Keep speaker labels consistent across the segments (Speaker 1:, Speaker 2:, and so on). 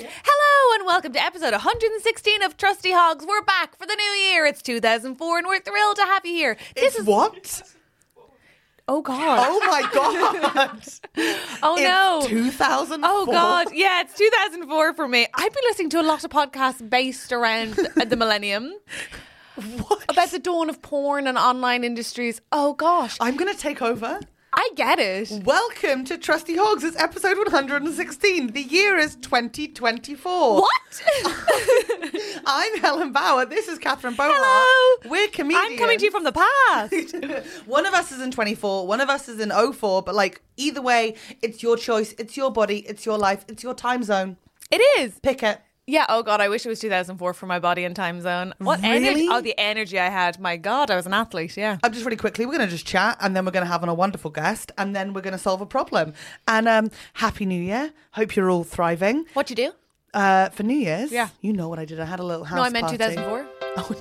Speaker 1: Hello and welcome to episode 116 of Trusty Hogs. We're back for the new year. It's 2004 and we're thrilled to have you here. This is
Speaker 2: What?
Speaker 1: Oh god.
Speaker 2: Oh my god!
Speaker 1: Oh, no.
Speaker 2: Two thousand.
Speaker 1: Oh god. Yeah, it's 2004 for me. I've been listening to a lot of podcasts based around the millennium.
Speaker 2: What?
Speaker 1: About the dawn of porn and online industries. Oh gosh.
Speaker 2: I'm gonna take over.
Speaker 1: I get it.
Speaker 2: Welcome to Trusty Hogs. It's episode 116. The year is 2024.
Speaker 1: What?
Speaker 2: I'm Helen Bauer. This is Catherine Bowler.
Speaker 1: Hello.
Speaker 2: We're comedians.
Speaker 1: I'm coming to you from the past.
Speaker 2: one of us is in 24, one of us is in 04, but like either way, it's your choice, it's your body, it's your life, it's your time zone.
Speaker 1: It is.
Speaker 2: Pick it.
Speaker 1: Yeah. Oh God, I wish it was 2004 for my body and time zone. What energy?
Speaker 2: Really?
Speaker 1: Oh, the energy I had. My God, I was an athlete. Yeah.
Speaker 2: I'm just really quickly, we're going to just chat and then we're going to have on a wonderful guest and then we're going to solve a problem. And um, Happy New Year. Hope you're all thriving.
Speaker 1: What you do?
Speaker 2: Uh, for New Year's,
Speaker 1: Yeah.
Speaker 2: you know what I did. I had a little house
Speaker 1: No, I meant
Speaker 2: party.
Speaker 1: 2004.
Speaker 2: Oh,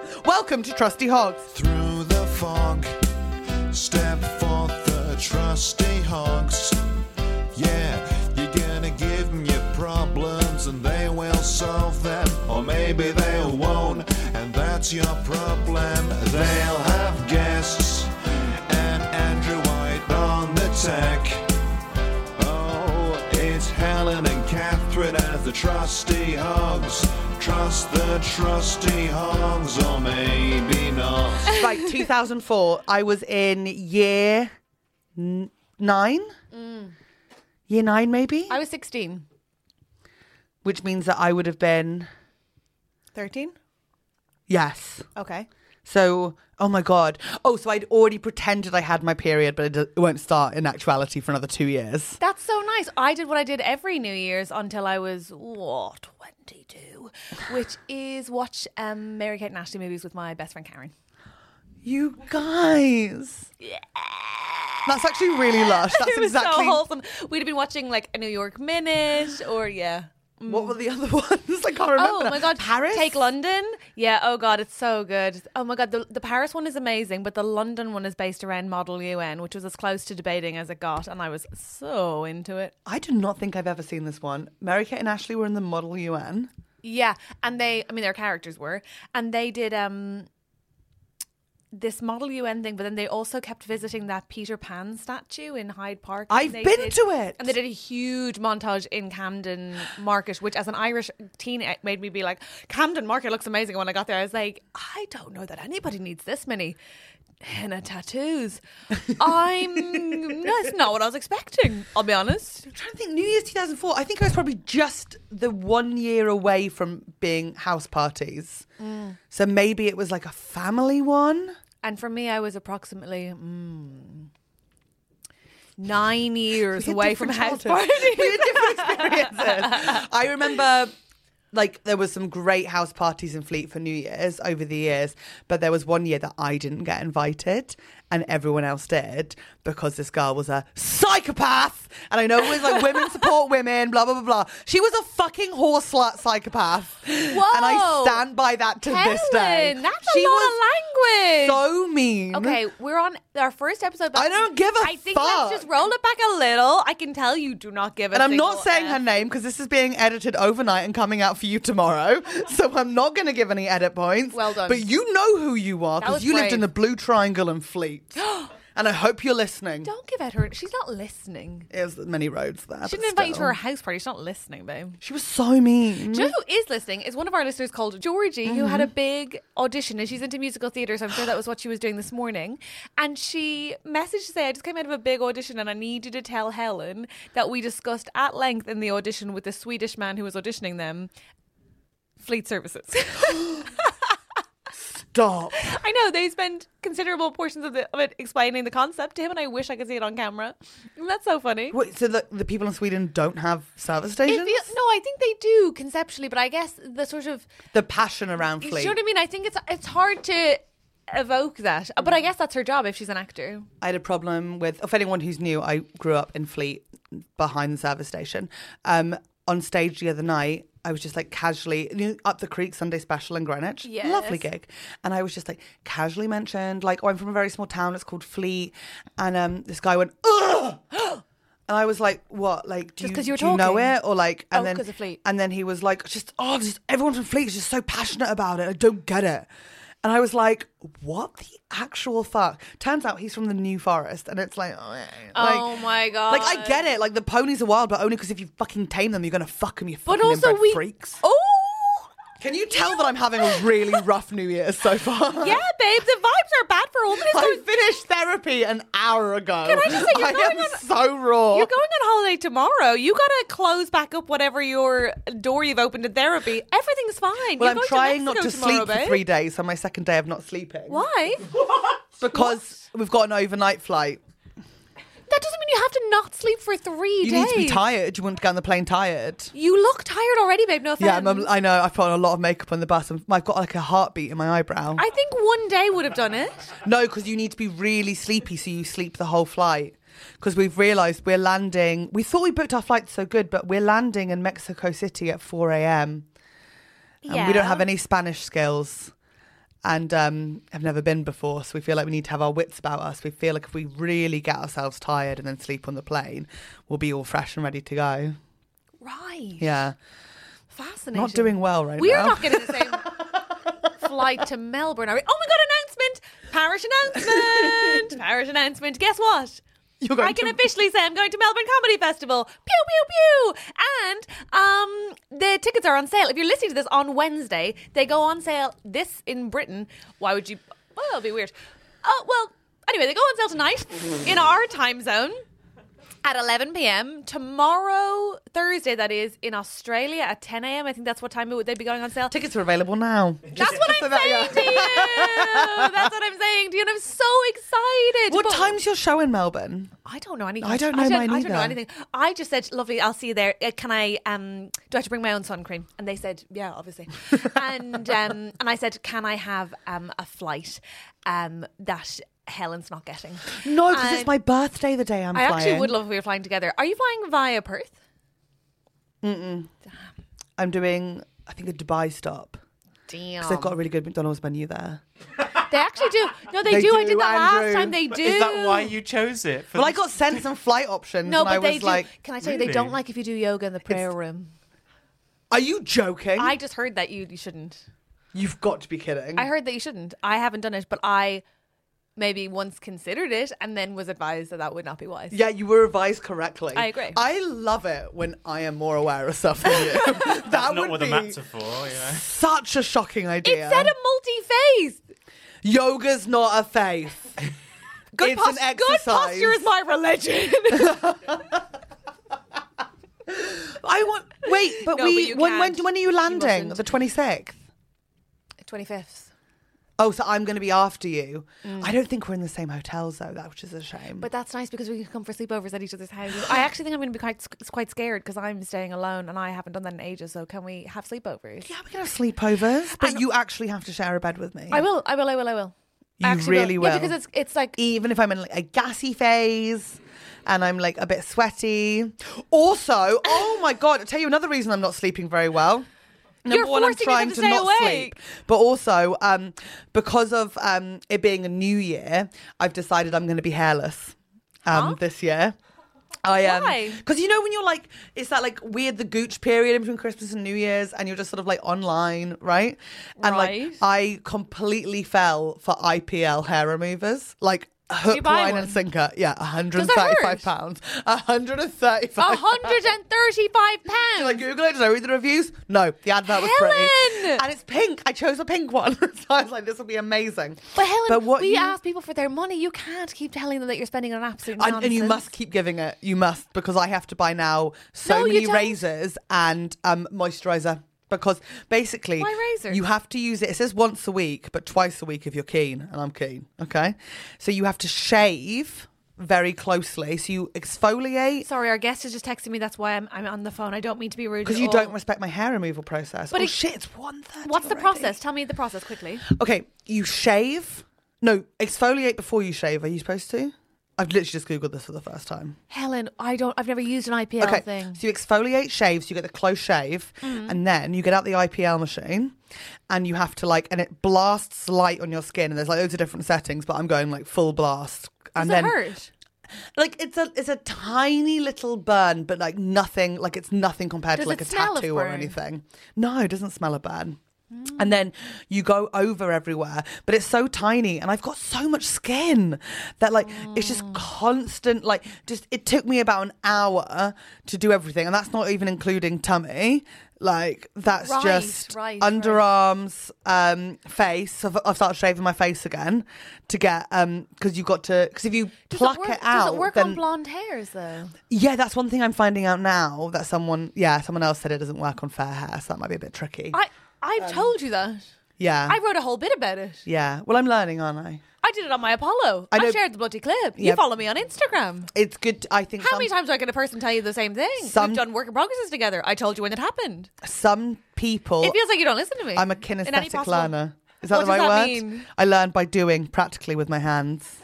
Speaker 2: dear. Welcome to Trusty Hogs.
Speaker 3: Through the fog, step forth the trusty hogs. Yeah, you're gonna give 'em your problems and they will solve them, or maybe they won't, and that's your problem. They'll have guests and Andrew White on the tech. Oh, it's Helen and Catherine as the trusty hogs. Trust the trusty hogs, or maybe not.
Speaker 2: Right, 2004. I was in year n- nine. Year nine, maybe?
Speaker 1: Mm. I was 16.
Speaker 2: Which means that I would have been.
Speaker 1: 13.
Speaker 2: Yes.
Speaker 1: Okay.
Speaker 2: So, oh my God. Oh, so I'd already pretended I had my period, but it do- it won't start in actuality for another two years.
Speaker 1: That's so nice. I did what I did every New Year's until I was what 22, which is watch um, Mary Kate and Ashley movies with my best friend Karen.
Speaker 2: You guys. That's actually really lush. That's
Speaker 1: it was
Speaker 2: exactly.
Speaker 1: so wholesome. We'd have been watching like a New York Minute or yeah.
Speaker 2: What were the other ones? I can't remember.
Speaker 1: Oh
Speaker 2: now.
Speaker 1: my god,
Speaker 2: Paris?
Speaker 1: Take London. Yeah. Oh god, it's so good. Oh my god, the, the Paris one is amazing, but the London one is based around Model UN, which was as close to debating as it got, and I was so into it.
Speaker 2: I do not think I've ever seen this one. Mary Kate and Ashley were in the Model UN.
Speaker 1: Yeah, and they, I mean, their characters were, and they did um this Model UN thing, but then they also kept visiting that Peter Pan statue in Hyde Park. and
Speaker 2: I've
Speaker 1: they
Speaker 2: been to it.
Speaker 1: and they did a huge montage in Camden Market, which, as an Irish teen, it made me be like, Camden Market looks amazing. When I got there, I was like, I don't know that anybody needs this many henna tattoos. I'm that's not what I was expecting. I'll be honest.
Speaker 2: I'm trying to think. New Year's 2004. I think I was probably just the one year away from being house parties.
Speaker 1: Mm.
Speaker 2: So maybe it was like a family one.
Speaker 1: And for me, I was approximately mm, nine years
Speaker 2: We had
Speaker 1: away from house
Speaker 2: different
Speaker 1: parties.
Speaker 2: childhoods. We had different experiences. I remember. Like there was some great house parties in Fleet for New Year's over the years, but there was one year that I didn't get invited and everyone else did because this girl was a psychopath And I know it was like women support women, blah, blah, blah, blah. She was a fucking horse slut psychopath. And I
Speaker 1: Whoa.
Speaker 2: stand by that to this day.
Speaker 1: Helen, that's a
Speaker 2: she
Speaker 1: lot
Speaker 2: was
Speaker 1: of language.
Speaker 2: so mean.
Speaker 1: Okay, we're on our first episode. Back.
Speaker 2: Mm-hmm. I don't give a
Speaker 1: I think let's
Speaker 2: fuck.
Speaker 1: just roll it back a little. I can tell you do not give a
Speaker 2: And I'm not
Speaker 1: single
Speaker 2: saying
Speaker 1: F.
Speaker 2: her name because this is being edited overnight and coming out for you tomorrow. so I'm not going to give any edit points.
Speaker 1: Well done.
Speaker 2: But you know who you are
Speaker 1: That
Speaker 2: because
Speaker 1: was
Speaker 2: you lived in the
Speaker 1: brave.
Speaker 2: Blue Triangle and Fleet. and I hope you're listening.
Speaker 1: Don't give out her. She's not listening.
Speaker 2: There's many roads there.
Speaker 1: She
Speaker 2: but
Speaker 1: didn't invite you to
Speaker 2: still. Mm-hmm.
Speaker 1: her house party. She's not listening, babe.
Speaker 2: She was so mean.
Speaker 1: Do you know who is listening? Is one of our listeners called Georgie, who
Speaker 2: Mm-hmm.
Speaker 1: had a big audition and she's into musical theatre, so I'm sure that was what she was doing this morning. And she messaged to say, I just came out of a big audition and I need you to tell Helen that we discussed at length in the audition with the Swedish man who was auditioning them fleet services.
Speaker 2: Stop.
Speaker 1: I know they spend considerable portions of, the, of it explaining the concept to him, and I wish I could see it on camera. That's so funny.
Speaker 2: Wait, so the, the people in Sweden don't have service
Speaker 1: It
Speaker 2: stations?
Speaker 1: feel- no, I think they do conceptually, but I guess the sort of
Speaker 2: the passion around
Speaker 1: Do
Speaker 2: Fleet.
Speaker 1: you know what I mean? I think it's it's hard to evoke that, uh, but
Speaker 2: Mm.
Speaker 1: I guess that's her job if she's an actor.
Speaker 2: I had a problem with, if anyone who's new, I grew up in Fleet behind the service station. Um, on stage the other night, I was just like casually you know, up the creek Sunday special in Greenwich.
Speaker 1: Yes.
Speaker 2: Lovely gig. And I was just like casually mentioned, like, oh, I'm from a very small town. It's called Fleet. And um, this guy went, ugh. And I was like, what? Like, do
Speaker 1: Just
Speaker 2: you,
Speaker 1: 'cause you were
Speaker 2: do you know
Speaker 1: talking?
Speaker 2: it? Or like, and
Speaker 1: Oh,
Speaker 2: then,
Speaker 1: 'cause of Fleet.
Speaker 2: and then he was like, just, oh, just everyone from Fleet is just so passionate about it. I don't get it. And I was like, what the actual fuck? Turns out he's from the New Forest. And it's like, oh, eh. like,
Speaker 1: Oh my God.
Speaker 2: Like, I get it. Like, the ponies are wild, but only because if you fucking tame them, you're going to fuck them, you
Speaker 1: But
Speaker 2: fucking
Speaker 1: also
Speaker 2: inbred
Speaker 1: we
Speaker 2: freaks.
Speaker 1: oh
Speaker 2: Can you tell that I'm having a really rough New Year so far?
Speaker 1: yeah, babe. The vibes are bad for all that is
Speaker 2: I
Speaker 1: going.
Speaker 2: finished therapy an hour ago.
Speaker 1: Can I just say you're
Speaker 2: I
Speaker 1: going
Speaker 2: am
Speaker 1: on-
Speaker 2: so raw.
Speaker 1: You're going on holiday tomorrow. You gotta close back up whatever your door you've opened in therapy. Everything's fine.
Speaker 2: Well,
Speaker 1: You're
Speaker 2: I'm
Speaker 1: going
Speaker 2: trying not
Speaker 1: Mexico
Speaker 2: to sleep
Speaker 1: tomorrow,
Speaker 2: for
Speaker 1: babe.
Speaker 2: three days, so my second day of not sleeping.
Speaker 1: Why?
Speaker 2: Because we've got an overnight flight.
Speaker 1: That doesn't mean you have to not sleep for three
Speaker 2: You
Speaker 1: days.
Speaker 2: need to be tired. You want to get on the plane tired.
Speaker 1: You look tired already, babe. No offense.
Speaker 2: Yeah, I'm, I'm- I know. I've put on a lot of makeup on the bus. and I've got like a heartbeat in my eyebrow.
Speaker 1: I think one day would have done it.
Speaker 2: No, because you need to be really sleepy so you sleep the whole flight. Because we've realised we're landing. We thought we booked our flight so good, but we're landing in Mexico City at 4 a.m. And we don't have any Spanish skills and um, have never been before. So we feel like we need to have our wits about us. We feel like if we really get ourselves tired and then sleep on the plane, we'll be all fresh and ready to go.
Speaker 1: Right.
Speaker 2: Yeah.
Speaker 1: Fascinating.
Speaker 2: Not doing well right
Speaker 1: We
Speaker 2: now.
Speaker 1: are not getting the same flight to Melbourne. Are we? Oh my god! Announcement! Parish announcement! Parish announcement! Guess what?
Speaker 2: You're going
Speaker 1: I can
Speaker 2: to-
Speaker 1: officially say I'm going to Melbourne Comedy Festival. Pew pew pew! And um, the tickets are on sale. If you're listening to this on Wednesday, they go on sale. This in Britain. Why would you? Well, it'd be weird. Oh well. Anyway, they go on sale tonight in our time zone at 11 p.m. tomorrow, Thursday, that is in Australia at 10 a.m. I think that's what time it would they'd be going on sale.
Speaker 2: Tickets are available now.
Speaker 1: That's what I'm saying to you. That's what I'm saying to you, and I'm so excited.
Speaker 2: What
Speaker 1: But-
Speaker 2: time's your show in Melbourne?
Speaker 1: I don't know anything.
Speaker 2: I don't know
Speaker 1: I don't,
Speaker 2: mine
Speaker 1: I don't know
Speaker 2: either.
Speaker 1: anything. I just said, "Lovely, I'll see you there." Uh, Can I? Um, do I have to bring my own sun cream? And they said, "Yeah, obviously." and um, and I said, "Can I have um a flight um that Helen's not getting?"
Speaker 2: No, because
Speaker 1: And-
Speaker 2: it's my birthday the day I'm
Speaker 1: I
Speaker 2: flying.
Speaker 1: actually would love if we were flying together. Are you flying via Perth?
Speaker 2: I'm doing, I think, a Dubai stop.
Speaker 1: Damn.
Speaker 2: Because they've got a really good McDonald's menu there.
Speaker 1: They actually do. No, they,
Speaker 2: They
Speaker 1: do. I
Speaker 2: do,
Speaker 1: did that
Speaker 2: Andrew.
Speaker 1: last time. They do.
Speaker 3: Is that why you chose it? For
Speaker 2: Well,
Speaker 3: the-
Speaker 2: I got sent some flight options.
Speaker 1: No,
Speaker 2: and I
Speaker 1: but
Speaker 2: was
Speaker 1: they do.
Speaker 2: like,
Speaker 1: Can I tell you, they
Speaker 3: Really?
Speaker 1: don't like if you do yoga in the prayer room.
Speaker 2: Are you joking?
Speaker 1: I just heard that you you shouldn't.
Speaker 2: You've got to be kidding.
Speaker 1: I heard that you shouldn't. I haven't done it, but I maybe once considered it and then was advised that that would not be wise.
Speaker 2: yeah, you were advised correctly.
Speaker 1: I agree.
Speaker 2: I love it when I am more aware of stuff than you. that
Speaker 3: That's
Speaker 2: would
Speaker 3: not what
Speaker 2: be
Speaker 3: the mats are for, you know.
Speaker 2: such a shocking
Speaker 1: It
Speaker 2: idea.
Speaker 1: said a multi phase.
Speaker 2: Yoga's not a faith.
Speaker 1: Good,
Speaker 2: It's
Speaker 1: pos-
Speaker 2: an
Speaker 1: good posture
Speaker 2: exercise.
Speaker 1: is my religion.
Speaker 2: I want. Wait, but
Speaker 1: No, but
Speaker 2: we.
Speaker 1: you
Speaker 2: when, when
Speaker 1: can't.
Speaker 2: when are you
Speaker 1: You
Speaker 2: landing?
Speaker 1: mustn't.
Speaker 2: the twenty sixth.
Speaker 1: Twenty fifth.
Speaker 2: Oh, so I'm going to be after you. I don't think we're in the same hotels though, that which is a shame.
Speaker 1: Mm. But that's nice because we can come for sleepovers at each other's houses. I actually think I'm going to be quite s- quite scared because I'm staying alone and I haven't done that in ages. So can we have sleepovers?
Speaker 2: yeah, we can have sleepovers. But you actually have to share a bed with me.
Speaker 1: I will. I will. I will. I will.
Speaker 2: You
Speaker 1: actually
Speaker 2: really will.
Speaker 1: Yeah, because it's it's like
Speaker 2: even if I'm in like, a gassy phase and I'm like a bit sweaty. Also, oh my god, I'll tell you another reason I'm not sleeping very well. Number
Speaker 1: You're
Speaker 2: one, I'm
Speaker 1: forcing
Speaker 2: trying
Speaker 1: yourself to
Speaker 2: to not
Speaker 1: stay awake.
Speaker 2: sleep. But also, um, because of um, it being a new year, I've decided I'm going to be hairless um, this year. I um, am.
Speaker 1: Why?
Speaker 2: Because you know when you're like, it's that like weird the gooch period in between Christmas and New Year's, and you're just sort of like online, right? And like
Speaker 1: Right.
Speaker 2: I completely fell for IPL hair removers, like hook,
Speaker 1: buy
Speaker 2: line, and
Speaker 1: one?
Speaker 2: sinker. Yeah,
Speaker 1: Does it hurt?
Speaker 2: 135 pounds. 135. pounds.
Speaker 1: 135 pounds.
Speaker 2: Did I Google it? Did I read the reviews? No, the advert was
Speaker 1: Helen!
Speaker 2: pretty, and it's pink. I chose a pink one, so I was like, "This will be amazing."
Speaker 1: but Helen,
Speaker 2: but what
Speaker 1: we
Speaker 2: you-
Speaker 1: ask people for their money. You can't keep telling them that you're spending it on absolute
Speaker 2: And,
Speaker 1: nonsense.
Speaker 2: and you must keep giving it. You must because I have to buy now so
Speaker 1: No, you
Speaker 2: many
Speaker 1: don't.
Speaker 2: razors and um, moisturizer because basically
Speaker 1: Why razors?
Speaker 2: you have to use it. It says once a week, but twice a week if you're keen, and I'm keen. Okay, so you have to shave very closely. So you exfoliate
Speaker 1: Sorry, our guest is just texting me. That's why I'm, I'm on the phone. I don't mean to be rude.
Speaker 2: because
Speaker 1: at
Speaker 2: you
Speaker 1: all.
Speaker 2: don't respect my hair removal process.
Speaker 1: But
Speaker 2: oh
Speaker 1: it-
Speaker 2: shit, it's one thirty.
Speaker 1: What's the process? Tell me the process quickly.
Speaker 2: Okay, you shave. No, exfoliate before you shave. Are you supposed to? I've literally just googled this for the first time.
Speaker 1: Helen, I don't. I've never used an IPL
Speaker 2: Okay,
Speaker 1: thing. Mm-hmm.
Speaker 2: so you exfoliate shaves, you get the close shave, and then you get out the IPL machine, and you have to like, and it blasts light on your skin, and there's like loads of different settings, but I'm going like full blast,
Speaker 1: Does
Speaker 2: and
Speaker 1: it
Speaker 2: then
Speaker 1: hurt?
Speaker 2: like it's a it's a tiny little burn, but like nothing, like it's nothing compared
Speaker 1: Does
Speaker 2: to like
Speaker 1: it
Speaker 2: a
Speaker 1: smell of
Speaker 2: tattoo or
Speaker 1: burn?
Speaker 2: anything. No, it doesn't smell a burn. And then you go over everywhere, but it's so tiny, and I've got so much skin that like it's
Speaker 1: Mm.
Speaker 2: just constant. Like, just it took me about an hour to do everything, and that's not even including tummy. Like, that's
Speaker 1: Right,
Speaker 2: just
Speaker 1: right, right.
Speaker 2: underarms, um, face. I've, I've started shaving my face again to get um because you've got to because if you
Speaker 1: Does
Speaker 2: pluck
Speaker 1: it, work,
Speaker 2: out,
Speaker 1: does it work
Speaker 2: then Mm.
Speaker 1: on blonde hairs though?
Speaker 2: yeah, that's one thing I'm finding out now that someone, yeah, someone else said it doesn't work on fair hair, so that might be a bit tricky.
Speaker 1: I I've
Speaker 2: Um,
Speaker 1: told you that.
Speaker 2: yeah,
Speaker 1: I wrote a whole bit about it.
Speaker 2: yeah. Well, I'm learning, aren't I?
Speaker 1: I did it on my Apollo.
Speaker 2: I
Speaker 1: I,
Speaker 2: know-
Speaker 1: shared the bloody clip.
Speaker 2: Yeah.
Speaker 1: You follow me on Instagram.
Speaker 2: It's good. I think
Speaker 1: How
Speaker 2: some,
Speaker 1: many times do I get a person tell you the same thing?
Speaker 2: Some-
Speaker 1: We've done work in progresses together. I told you when it happened.
Speaker 2: some people.
Speaker 1: it feels like you don't listen to me.
Speaker 2: I'm a
Speaker 1: In any
Speaker 2: kinesthetic
Speaker 1: possible-
Speaker 2: learner. Is that
Speaker 1: What
Speaker 2: the right
Speaker 1: does that
Speaker 2: word?
Speaker 1: mean?
Speaker 2: I learn by doing practically with my hands.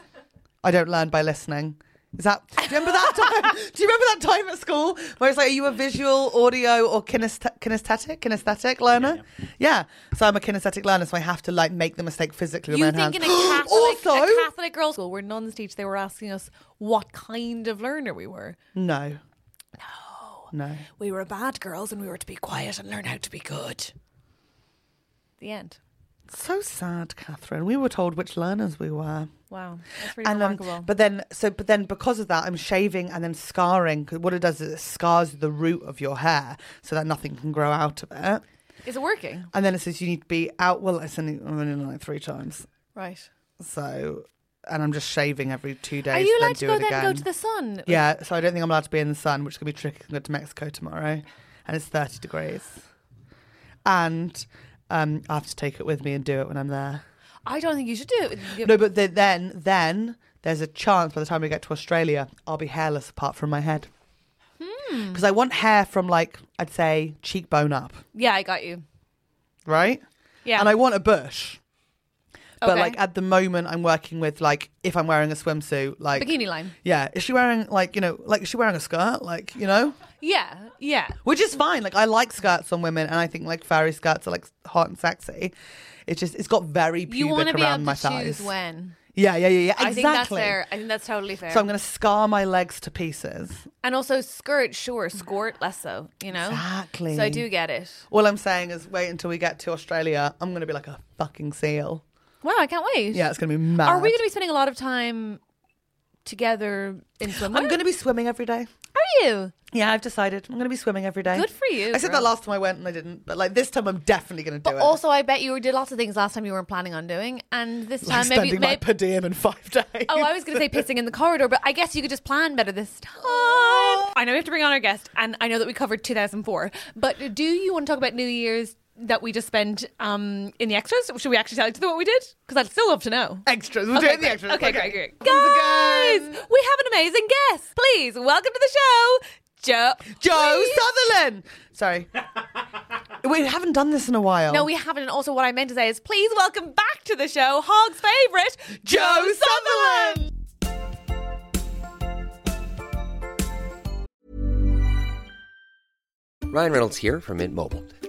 Speaker 2: I don't learn by listening. Is that? Do you remember that time? do you remember that time at school where it's like, are you a visual, audio, or kinesthet- kinesthetic, kinesthetic learner? Yeah, So I'm a kinesthetic learner, so I have to like make the mistake physically with
Speaker 1: You
Speaker 2: my hands.
Speaker 1: think in a Catholic,
Speaker 2: also,
Speaker 1: a Catholic girls' school where nuns teach, they were asking us what kind of learner we were.
Speaker 2: No. No. No.
Speaker 1: We were bad girls and we were to be quiet and learn how to be good. The end.
Speaker 2: So sad, Catherine. We were told which learners we were.
Speaker 1: Wow. That's pretty
Speaker 2: um,
Speaker 1: remarkable.
Speaker 2: but then, so but then, because of that, I'm shaving and then scarring. 'cause what it does is it scars the root of your hair, so that nothing can grow out of it.
Speaker 1: Is it working?
Speaker 2: And then it says you need to be out. Well, it's only I'm only done it like three times.
Speaker 1: Right.
Speaker 2: So, and I'm just shaving every two days.
Speaker 1: Are you
Speaker 2: then
Speaker 1: allowed to
Speaker 2: do
Speaker 1: go
Speaker 2: it
Speaker 1: then
Speaker 2: again.
Speaker 1: go to the sun?
Speaker 2: Yeah. So I don't think I'm allowed to be in the sun, which is gonna be tricky. 'cause I'm going to Mexico tomorrow, and it's 30 degrees, and um, I have to take it with me and do it when I'm there.
Speaker 1: I don't think you should do it.
Speaker 2: No, but the, then then there's a chance by the time we get to Australia, I'll be hairless apart from my head.
Speaker 1: Hmm.
Speaker 2: Because I want hair from like I'd say cheekbone up,
Speaker 1: Yeah, I got you.
Speaker 2: right?
Speaker 1: Yeah.
Speaker 2: And I want a bush, but
Speaker 1: Okay.
Speaker 2: like at the moment I'm working with like if I'm wearing a swimsuit, like
Speaker 1: bikini line.
Speaker 2: Yeah, is she wearing like you know like is she wearing a skirt like you know?
Speaker 1: Yeah, yeah.
Speaker 2: Which is fine. Like I like skirts on women, and I think like fairy skirts are like hot and sexy. It's just it's got very pubic
Speaker 1: You want to be
Speaker 2: around
Speaker 1: able
Speaker 2: my
Speaker 1: to choose
Speaker 2: thighs.
Speaker 1: when.
Speaker 2: Yeah, yeah, yeah, yeah. Exactly.
Speaker 1: I think that's fair. I think that's totally fair.
Speaker 2: So I'm going to scar my legs to pieces.
Speaker 1: and also skirt, sure, skirt less so. You know.
Speaker 2: Exactly.
Speaker 1: So I do get it.
Speaker 2: All I'm saying is wait until we get to Australia. I'm going to be like a fucking seal.
Speaker 1: Wow, I can't wait.
Speaker 2: Yeah, uh, it's going to be mad.
Speaker 1: Are we going to be spending a lot of time together in swimwear?
Speaker 2: I'm going to be swimming every day.
Speaker 1: Are you?
Speaker 2: Yeah, I've decided. I'm going to be swimming every day.
Speaker 1: Good for you,
Speaker 2: I said
Speaker 1: girl.
Speaker 2: that last time I went and I didn't, but like this time I'm definitely going to do
Speaker 1: But
Speaker 2: it.
Speaker 1: also, I bet you did lots of things last time you weren't planning on doing, and this
Speaker 2: like
Speaker 1: time
Speaker 2: spending
Speaker 1: maybe.
Speaker 2: my
Speaker 1: maybe
Speaker 2: per diem in five days.
Speaker 1: Oh, I was going to say pissing in the corridor, but I guess you could just plan better this time. I know we have to bring on our guest, and I know that we covered 2004, but do you want to talk about New Year's that we just spent um, in the extras? Should we actually tell you what we did? Because I'd still love to know.
Speaker 2: extras. We'll do it in the
Speaker 1: great.
Speaker 2: extras.
Speaker 1: Okay, great, great.
Speaker 2: Once
Speaker 1: Guys,
Speaker 2: again,
Speaker 1: we have an amazing guest. Please welcome to the show, Joe.
Speaker 2: Joe
Speaker 1: please.
Speaker 2: Sutherland. Sorry. we haven't done this in a while.
Speaker 1: No, we haven't. And also, what I meant to say is, please welcome back back to the show, Hog's favourite, Joe Sutherland.
Speaker 4: Ryan Reynolds here from Mint Mobile.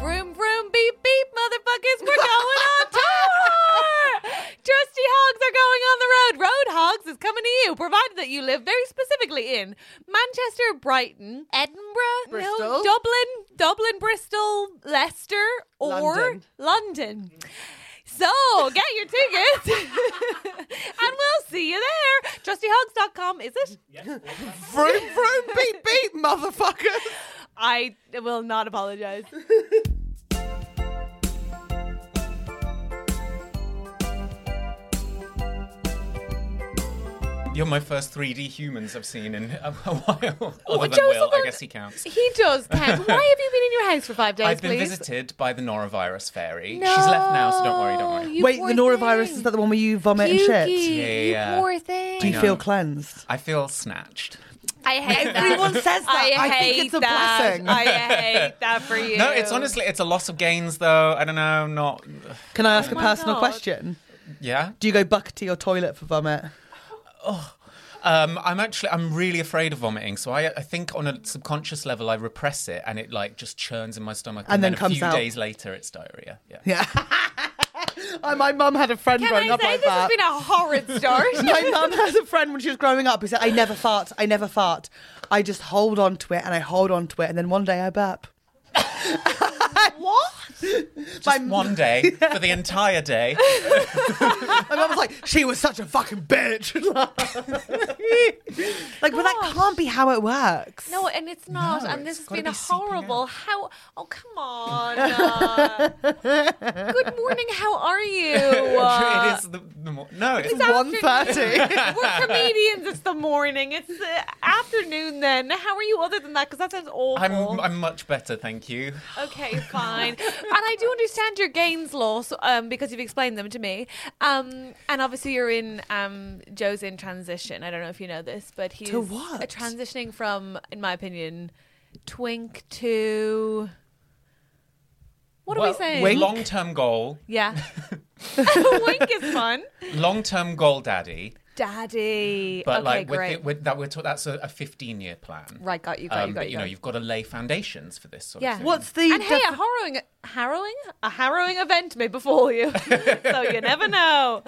Speaker 1: Vroom, vroom, beep, beep, motherfuckers, we're going on tour! Trusty Hogs are going on the road. Road Hogs is coming to you, provided that you live very specifically in Manchester, Brighton, Edinburgh, no,
Speaker 2: Bristol.
Speaker 1: Dublin, Dublin, Bristol, Leicester, or
Speaker 2: London.
Speaker 1: London. So get your tickets and we'll see you there. TrustyHogs.com, is it?
Speaker 2: Vroom, vroom, beep, beep, motherfuckers.
Speaker 1: I will not apologize.
Speaker 3: You're my first 3D humans I've seen in a while.
Speaker 1: Well,
Speaker 3: Other than
Speaker 1: Joe
Speaker 3: Will, I
Speaker 1: Sutherland-
Speaker 3: guess he counts.
Speaker 1: He does count. Why have you been in your house for five days,
Speaker 3: I've been
Speaker 1: please?
Speaker 3: visited by the norovirus fairy. She's left now, so don't worry, don't worry.
Speaker 1: You
Speaker 2: Wait,
Speaker 1: poor
Speaker 2: the norovirus
Speaker 1: thing.
Speaker 2: is that the one where you vomit and
Speaker 1: Yuki,
Speaker 2: shit?
Speaker 3: Yeah, yeah,
Speaker 1: you
Speaker 3: yeah.
Speaker 1: poor thing.
Speaker 2: Do you
Speaker 3: I
Speaker 2: feel
Speaker 3: know.
Speaker 2: cleansed?
Speaker 3: I feel snatched.
Speaker 1: I hate that.
Speaker 2: Everyone says that. I think
Speaker 1: hate
Speaker 2: it's a
Speaker 1: that.
Speaker 2: blessing.
Speaker 1: I hate that for you.
Speaker 3: No, it's honestly, it's a loss of gains, though. I don't know, not.
Speaker 2: Can I ask
Speaker 1: Oh
Speaker 2: a
Speaker 1: my
Speaker 2: personal
Speaker 1: God.
Speaker 2: question?
Speaker 3: Yeah?
Speaker 2: Do you go buckety or toilet for vomit?
Speaker 3: Um, I'm actually, I'm really afraid of vomiting. So I, I think on a subconscious level, I repress it and it like just churns in my stomach.
Speaker 2: And then
Speaker 3: a
Speaker 2: comes
Speaker 3: few
Speaker 2: out.
Speaker 3: days later, it's diarrhea. Yeah.
Speaker 2: Yeah. Oh, My mum had a friend
Speaker 1: Can I
Speaker 2: growing
Speaker 1: say
Speaker 2: up like
Speaker 1: this has
Speaker 2: that.
Speaker 1: been a horrid start?
Speaker 2: My mum has a friend when she was growing up who said, I never fart, I never fart. I just hold on to it and I hold on to it and then one day I burp.
Speaker 1: what?
Speaker 2: My,
Speaker 3: Just one day for the entire day.
Speaker 2: my mum was like, she was such a fucking bitch. like, but that
Speaker 1: Gosh.
Speaker 2: can't be how it works.
Speaker 1: No, and it's not. and this
Speaker 3: it's
Speaker 1: has
Speaker 3: gotta
Speaker 1: been a
Speaker 3: be seeping
Speaker 1: horrible. How? Oh, come on. uh. Good morning. How are you? Uh,
Speaker 3: it is the, the mo- no. It's,
Speaker 1: it's
Speaker 2: One
Speaker 1: afternoon.
Speaker 2: thirty.
Speaker 1: We're comedians. It's the morning. It's the afternoon. Then how are you? Other than that, because that sounds awful.
Speaker 3: I'm I'm much better, thank you.
Speaker 1: Okay, fine. and I do understand your gains loss um, because you've explained them to me. Um, and obviously, you're in um, Joe's in transition. I don't know if you know this, but he's
Speaker 2: To what?
Speaker 1: uh, transitioning from, in my opinion, twink to. What are we saying?
Speaker 3: Long-term goal,
Speaker 1: Yeah, wink is fun.
Speaker 3: long-term goal, daddy.
Speaker 1: Daddy.
Speaker 3: But
Speaker 1: okay,
Speaker 3: like with,
Speaker 1: great.
Speaker 3: it, with that, we're talk- that's a, a 15-year plan. Um,
Speaker 1: Right, got you, got you, got
Speaker 3: but
Speaker 1: you,
Speaker 3: you know,
Speaker 1: got you.
Speaker 3: you've got to lay foundations for this sort
Speaker 1: Yeah.
Speaker 3: of thing.
Speaker 2: What's the
Speaker 1: and hey,
Speaker 2: defi-
Speaker 1: a harrowing, harrowing, a harrowing event may befall you, so you never know.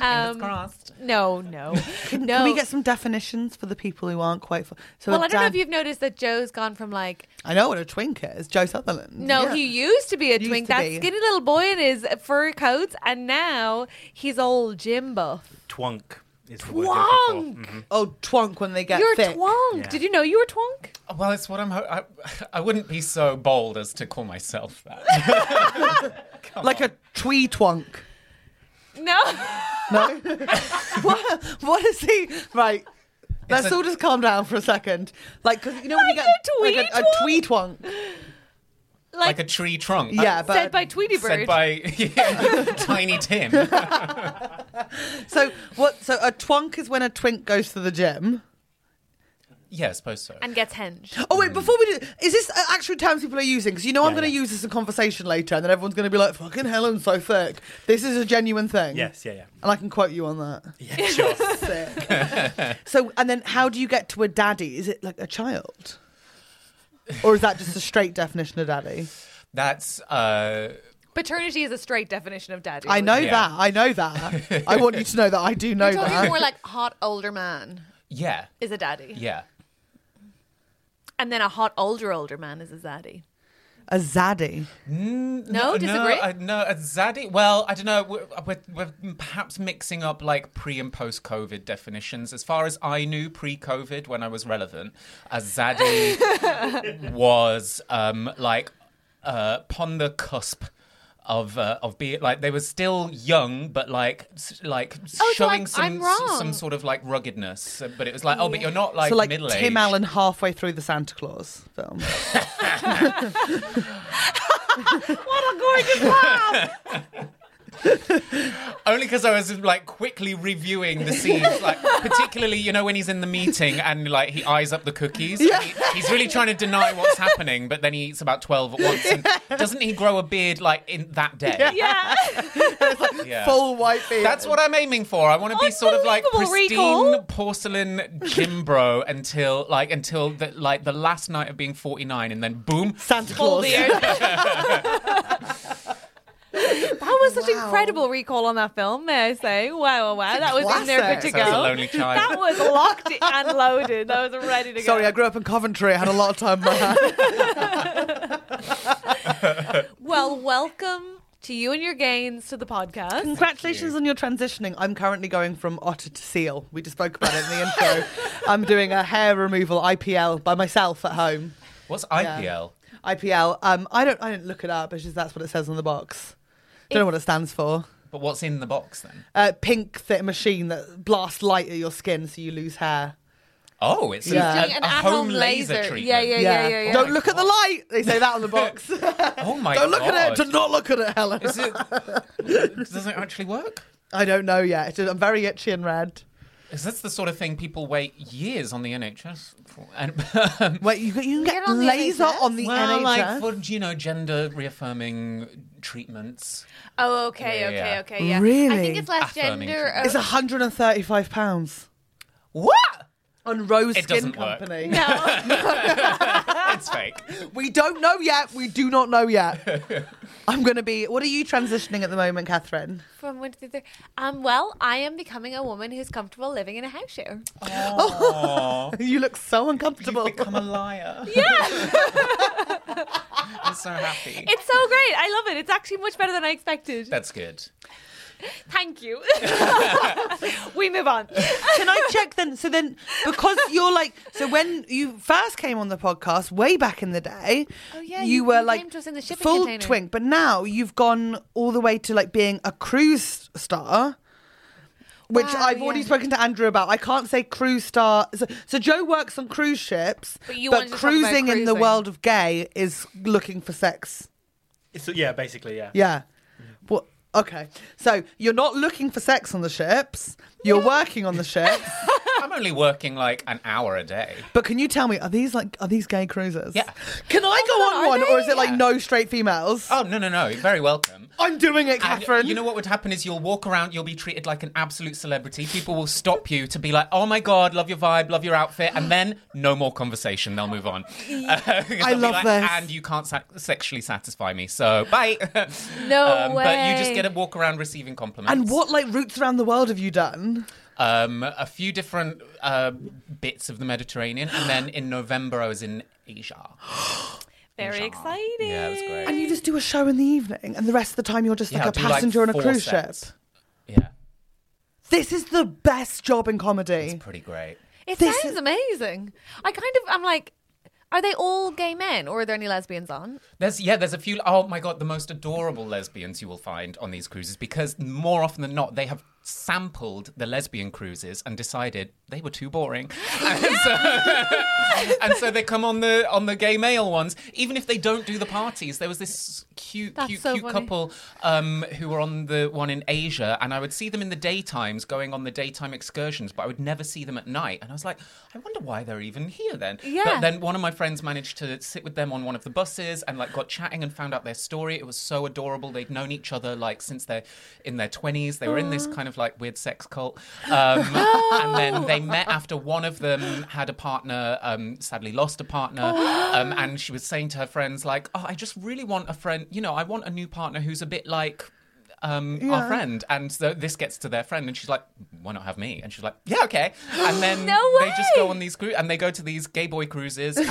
Speaker 1: Um,
Speaker 3: crossed.
Speaker 1: No, no, no.
Speaker 2: Can we get some definitions for the people who aren't quite? Fo- so
Speaker 1: well,
Speaker 2: a
Speaker 1: I don't know
Speaker 2: dad-
Speaker 1: if you've noticed that Joe's gone from like
Speaker 2: I know what a twink is. Joe Sutherland.
Speaker 1: no,
Speaker 2: Yeah.
Speaker 1: he used to be a
Speaker 2: Used
Speaker 1: twink,
Speaker 2: to
Speaker 1: that
Speaker 2: be.
Speaker 1: skinny little boy in his fur coats, and now he's old Jim buff.
Speaker 5: Twonk is the word I'm looking for. Mm-hmm.
Speaker 1: Twonk,
Speaker 2: Oh, twonk when they get
Speaker 1: you're
Speaker 2: thick.
Speaker 1: twonk. Did you know you were twonk?
Speaker 3: Well, it's what I'm. Ho- I, I wouldn't be so bold as to call myself that.
Speaker 2: like a tree twonk.
Speaker 1: No,
Speaker 2: No. what? What is he? Right. Let's
Speaker 3: It's a-
Speaker 2: all just calm down for a second. Like, cause you know when
Speaker 1: Like
Speaker 2: you get
Speaker 1: a
Speaker 2: like
Speaker 1: tweed
Speaker 2: a, a
Speaker 1: twonk?
Speaker 2: tweed twonk.
Speaker 3: like
Speaker 1: like,
Speaker 3: a tree trunk.
Speaker 2: Yeah,
Speaker 1: Uh, said
Speaker 2: but
Speaker 1: by Tweety Bird.
Speaker 3: Said by yeah, Tiny Tim.
Speaker 2: so what? So a twonk is when a twink goes to the gym.
Speaker 3: Yeah, I suppose so.
Speaker 1: and gets hinged.
Speaker 2: Oh wait, before we do, is this uh, actual terms people are using? Because you know I'm going to use this in conversation later, and then everyone's going to be like, "Fucking Helen's so thick." This is a genuine thing.
Speaker 5: Yes, yeah, yeah.
Speaker 2: And I can quote you on that.
Speaker 5: Yeah, sure.
Speaker 2: Sick. so, and then how do you get to a daddy? Is it like a child? Or is that just a straight definition of daddy?
Speaker 3: That's uh,
Speaker 1: Paternity is a straight definition of daddy.
Speaker 2: I know
Speaker 3: Yeah.
Speaker 2: that. I know that. I want you to know that I do know
Speaker 1: You're talking
Speaker 2: that.
Speaker 1: more like hot older man
Speaker 3: yeah,
Speaker 1: is a daddy,
Speaker 3: yeah.
Speaker 1: and then a hot older older man is a zaddy.
Speaker 2: a zaddy.
Speaker 1: No, disagree.
Speaker 3: No, I, no, uh, Zaddy. Well, I don't know. We're, we're, we're perhaps mixing up like pre and post COVID definitions. As far as I knew pre COVID, when I was relevant, a Zaddy was um, like uh, upon the cusp of uh, of being like they were still young, but like s- like
Speaker 1: Oh, so
Speaker 3: showing
Speaker 1: I'm-
Speaker 3: some
Speaker 1: I'm
Speaker 3: s-
Speaker 1: wrong.
Speaker 3: some sort of like ruggedness. Uh, But it was like, oh, but you're not like,
Speaker 2: so like
Speaker 3: middle
Speaker 2: Tim
Speaker 3: aged.
Speaker 2: Allen halfway through the Santa Claus film.
Speaker 1: What a gorgeous laugh!
Speaker 3: Only because I was like quickly reviewing the scenes, like particularly you know when he's in the meeting and like he eyes up the cookies. and He, he's really trying to deny what's happening, but then he eats about twelve at once. And doesn't he grow a beard like in that day?
Speaker 1: yeah.
Speaker 3: Yeah.
Speaker 2: Full white beard.
Speaker 3: That's what I'm aiming for. I want to be sort of like
Speaker 1: Unbelievable
Speaker 3: pristine
Speaker 1: recall.
Speaker 3: porcelain Jimbro until like until the, like the last night of being 49, and then boom.
Speaker 2: Santa
Speaker 1: Full
Speaker 2: Claus.
Speaker 1: beard. that was such incredible recall on that film, may I say. Wow, wow, wow. That was in there good to
Speaker 2: classic.
Speaker 1: go.
Speaker 3: Sounds a lonely child.
Speaker 1: That was locked and loaded. That was ready to go.
Speaker 2: Sorry, I grew up in Coventry. I had a lot of time. in my hand.
Speaker 1: Well, welcome to you and your gains to the podcast.
Speaker 2: Congratulations on your transitioning. I'm currently going from otter to seal. We just spoke about it in the intro. I'm doing a hair removal IPL by myself at home.
Speaker 3: What's IPL?
Speaker 2: IPL. Um, I don't. I didn't look it up. It's just that's what it says on the box. Don't know what it stands for.
Speaker 3: But what's in the box then?
Speaker 2: Uh, pink th- machine that blasts light at your skin so you lose hair.
Speaker 3: Oh, it's a-
Speaker 2: Yeah.
Speaker 3: a,
Speaker 1: Doing
Speaker 3: a home laser, treatment.
Speaker 1: Yeah, yeah, yeah, yeah, yeah.
Speaker 2: Don't look at the light. They say that on the box.
Speaker 3: Oh my
Speaker 2: don't look
Speaker 3: god.
Speaker 2: at it. Do not look at it, Helen.
Speaker 3: Is it, does it actually work?
Speaker 2: I don't know yet. It's just- I'm very itchy and red.
Speaker 3: Is this the sort of thing people wait years on the NHS for? And
Speaker 2: Wait, you, you can get
Speaker 1: on the
Speaker 2: laser
Speaker 1: NHS?
Speaker 2: on the
Speaker 3: well,
Speaker 2: NHS.
Speaker 3: like for you know, gender reaffirming treatments.
Speaker 1: Oh, okay,
Speaker 3: Yeah,
Speaker 1: okay,
Speaker 3: yeah.
Speaker 1: okay. Yeah. I think
Speaker 2: Really?
Speaker 1: it's less
Speaker 3: Affirming
Speaker 1: gender.
Speaker 3: treatment.
Speaker 2: it's 135 pounds
Speaker 3: What?
Speaker 2: on Rose
Speaker 3: It
Speaker 2: Skin
Speaker 3: doesn't work.
Speaker 2: Company.
Speaker 3: It's fake.
Speaker 2: We don't know yet. We do not know yet. I'm going to be. What are you transitioning at the moment, Catherine?
Speaker 1: From one to the other. Um, well, I am becoming a woman who's comfortable living in a house share.
Speaker 2: You look so uncomfortable.
Speaker 3: You've become a liar.
Speaker 1: Yeah,
Speaker 3: I'm so happy.
Speaker 1: it's so great. I love it. It's actually much better than I expected.
Speaker 3: That's good.
Speaker 1: Thank you. we move on.
Speaker 2: Can I check then? So then, because you're like, so when you first came on the podcast way back in the day,
Speaker 1: Oh, yeah,
Speaker 2: you,
Speaker 1: you-
Speaker 2: were
Speaker 1: you
Speaker 2: like
Speaker 1: came to us in the shipping
Speaker 2: full
Speaker 1: container.
Speaker 2: twink, but now you've gone all the way to like being a cruise star. Which
Speaker 1: Wow,
Speaker 2: I've already
Speaker 1: yeah.
Speaker 2: spoken to Andrew about. I can't say cruise star. So, so Joe works on cruise ships,
Speaker 1: But you wanted to talk about
Speaker 2: cruising in the
Speaker 1: cruising.
Speaker 2: world of gay is looking for sex.
Speaker 5: It's, yeah, basically, yeah.
Speaker 2: Yeah. What? Okay. So you're not looking for sex on the ships. You're working on the ships.
Speaker 3: I'm only working like an hour a day.
Speaker 2: But can you tell me, are these like are these gay cruises?
Speaker 3: Yeah.
Speaker 2: Can I go
Speaker 1: God,
Speaker 2: on
Speaker 1: are
Speaker 2: one, or is
Speaker 1: they?
Speaker 2: it like no straight females?
Speaker 3: Oh no no no! You're very welcome.
Speaker 2: I'm doing it,
Speaker 3: And
Speaker 2: Catherine.
Speaker 3: you know what would happen is you'll walk around, you'll be treated like an absolute celebrity. People will stop you to be like, "Oh my god, love your vibe, love your outfit," and then no more conversation. They'll move on. I
Speaker 2: love this.
Speaker 3: And you can't sa- sexually satisfy me, so bye.
Speaker 1: No
Speaker 3: Um, But you
Speaker 1: way.
Speaker 3: just get to walk around receiving compliments.
Speaker 2: And what like routes around the world have you done?
Speaker 3: Um, a few different uh, bits of the Mediterranean, and then in November I was in Asia.
Speaker 1: Very exciting.
Speaker 3: Yeah, it was great.
Speaker 2: And you just do a show in the evening, and the rest of the time you're just like
Speaker 3: Yeah,
Speaker 2: a
Speaker 3: do, like,
Speaker 2: passenger on a
Speaker 3: four
Speaker 2: cruise
Speaker 3: sets.
Speaker 2: ship.
Speaker 3: Yeah,
Speaker 2: This is the best job in comedy.
Speaker 3: it's pretty great.
Speaker 1: It
Speaker 2: This
Speaker 1: sounds
Speaker 2: is-
Speaker 1: amazing. I kind of, I'm like, are they all gay men or are there any lesbians on?
Speaker 3: There's yeah, there's a few. Oh my god, the most adorable lesbians you will find on these cruises because more often than not they have sampled the lesbian cruises and decided they were too boring, and, so, and so they come on the on the gay male ones. Even if they don't do the parties, there was this cute
Speaker 1: That's
Speaker 3: cute
Speaker 1: so
Speaker 3: cute
Speaker 1: funny.
Speaker 3: couple um, who were on the one in Asia, and I would see them in the daytimes going on the daytime excursions, but I would never see them at night. And I was like, I wonder why they're even here then.
Speaker 1: Yeah.
Speaker 3: But then one of my friends managed to sit with them on one of the buses and like got chatting and found out their story. It was so adorable. They'd known each other like since they're in their twenties. They were in this kind of like weird sex cult, um, and
Speaker 1: Oh.
Speaker 3: then they met after one of them had a partner, um, sadly lost a partner, um, and she was saying to her friends like, "Oh, I just really want a friend. You know, I want a new partner who's a bit like." um, our friend, and so this gets to their friend, and she's like, "Why not have me?" And she's like, "Yeah, okay." And then
Speaker 1: No
Speaker 3: they just
Speaker 1: way!
Speaker 3: go on these cru- and they go to these gay boy cruises, and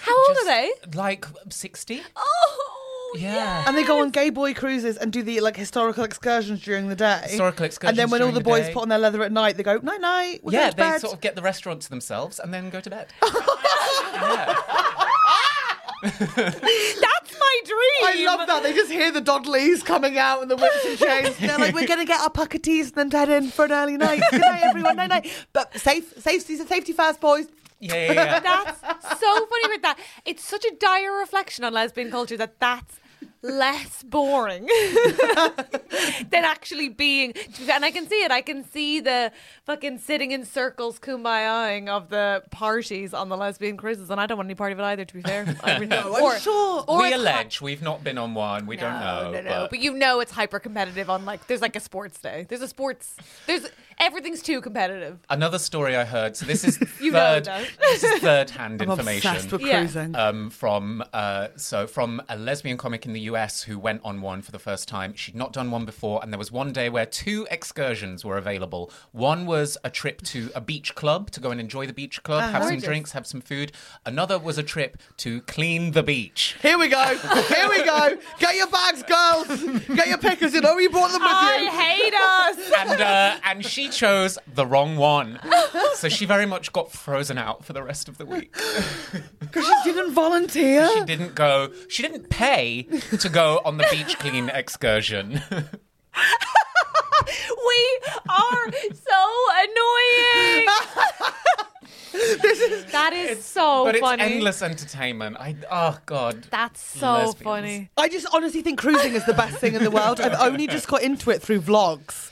Speaker 1: How old are they?
Speaker 3: Like sixty.
Speaker 1: Oh,
Speaker 3: Yeah.
Speaker 2: And they go on gay boy cruises and do the like historical excursions during the day.
Speaker 3: Historical
Speaker 2: And then
Speaker 3: excursions
Speaker 2: when all
Speaker 3: during
Speaker 2: the
Speaker 3: the
Speaker 2: boys
Speaker 3: day.
Speaker 2: put on their leather at night, they go night night. We're
Speaker 3: yeah,
Speaker 2: going to
Speaker 3: they
Speaker 2: bed.
Speaker 3: sort of get the restaurant to themselves and then go to bed. yeah.
Speaker 1: That's my my
Speaker 2: I
Speaker 1: dream.
Speaker 2: love that. They just hear the Dodleys coming out and the whips and chains. They're like, we're going to get our pocketies and then head in for an early night. Good night, everyone. Night, night. But safe, safety, safety first, boys.
Speaker 3: Yeah, yeah, yeah.
Speaker 1: That's so funny with that. It's such a dire reflection on lesbian culture that that's less boring than actually being. And I can see it. I can see the fucking sitting in circles kumbayaing of the parties on the lesbian cruises. And I don't want any part of it either, to be fair. I mean,
Speaker 2: No, I'm sure.
Speaker 1: or
Speaker 3: we
Speaker 1: it's
Speaker 3: allege we've not been on one. We don't know.
Speaker 1: No, no, no. But, you know it's hyper competitive on like there's like a sports day. There's a sports there's everything's too competitive.
Speaker 3: another story I heard. So this is
Speaker 1: You know
Speaker 3: third.
Speaker 1: that.
Speaker 3: this is third-hand information.
Speaker 2: Obsessed with
Speaker 1: Yeah.
Speaker 2: cruising.
Speaker 3: um, from uh, so from a lesbian comic in the US who went on one for the first time. She'd not done one before, and there was one day where two excursions were available. One was a trip to a beach club to go and enjoy the beach club,
Speaker 1: Ah,
Speaker 3: have some drinks, have some food. Another was a trip to clean the beach.
Speaker 2: Here we go. Here we go. Get your bags, girls. Get your pickers. You know you brought them with you.
Speaker 1: I hate us.
Speaker 3: And uh, and she chose the wrong one, so she very much got frozen out for the rest of the week.
Speaker 2: Because she didn't volunteer.
Speaker 3: She didn't go. She didn't pay to go on the beach clean excursion.
Speaker 1: We are so annoying.
Speaker 2: This is
Speaker 1: That is so
Speaker 3: but
Speaker 1: funny.
Speaker 3: it's endless entertainment. I oh god.
Speaker 1: That's so
Speaker 3: Lesbians.
Speaker 1: funny.
Speaker 2: I just honestly think cruising is the best thing in the world. I've only just got into it through vlogs.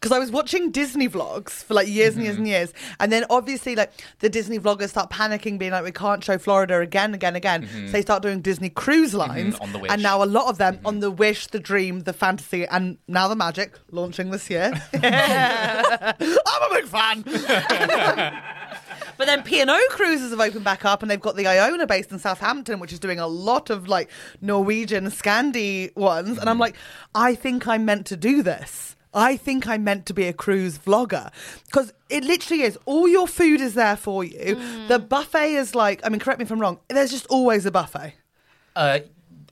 Speaker 2: Because I was watching Disney vlogs for like years and years
Speaker 3: Mm-hmm.
Speaker 2: and years. And then obviously, like the Disney vloggers start panicking, being like, we can't show Florida again, again, again. So they start doing Disney cruise lines.
Speaker 3: Mm-hmm. on the Wish. Mm-hmm.
Speaker 2: And now a lot of them on the Wish, the Dream, the Fantasy, and now the Magic launching this year. I'm a big fan. But then P&O cruises have opened back up and they've got the Iona based in Southampton, which is doing a lot of like Norwegian Scandi ones. And I'm like, I think I'm meant to do this. I think I'm meant to be a cruise vlogger because it literally is. All your food is there for you. The buffet is like, I mean, correct me if I'm wrong, there's just always a buffet.
Speaker 3: Uh,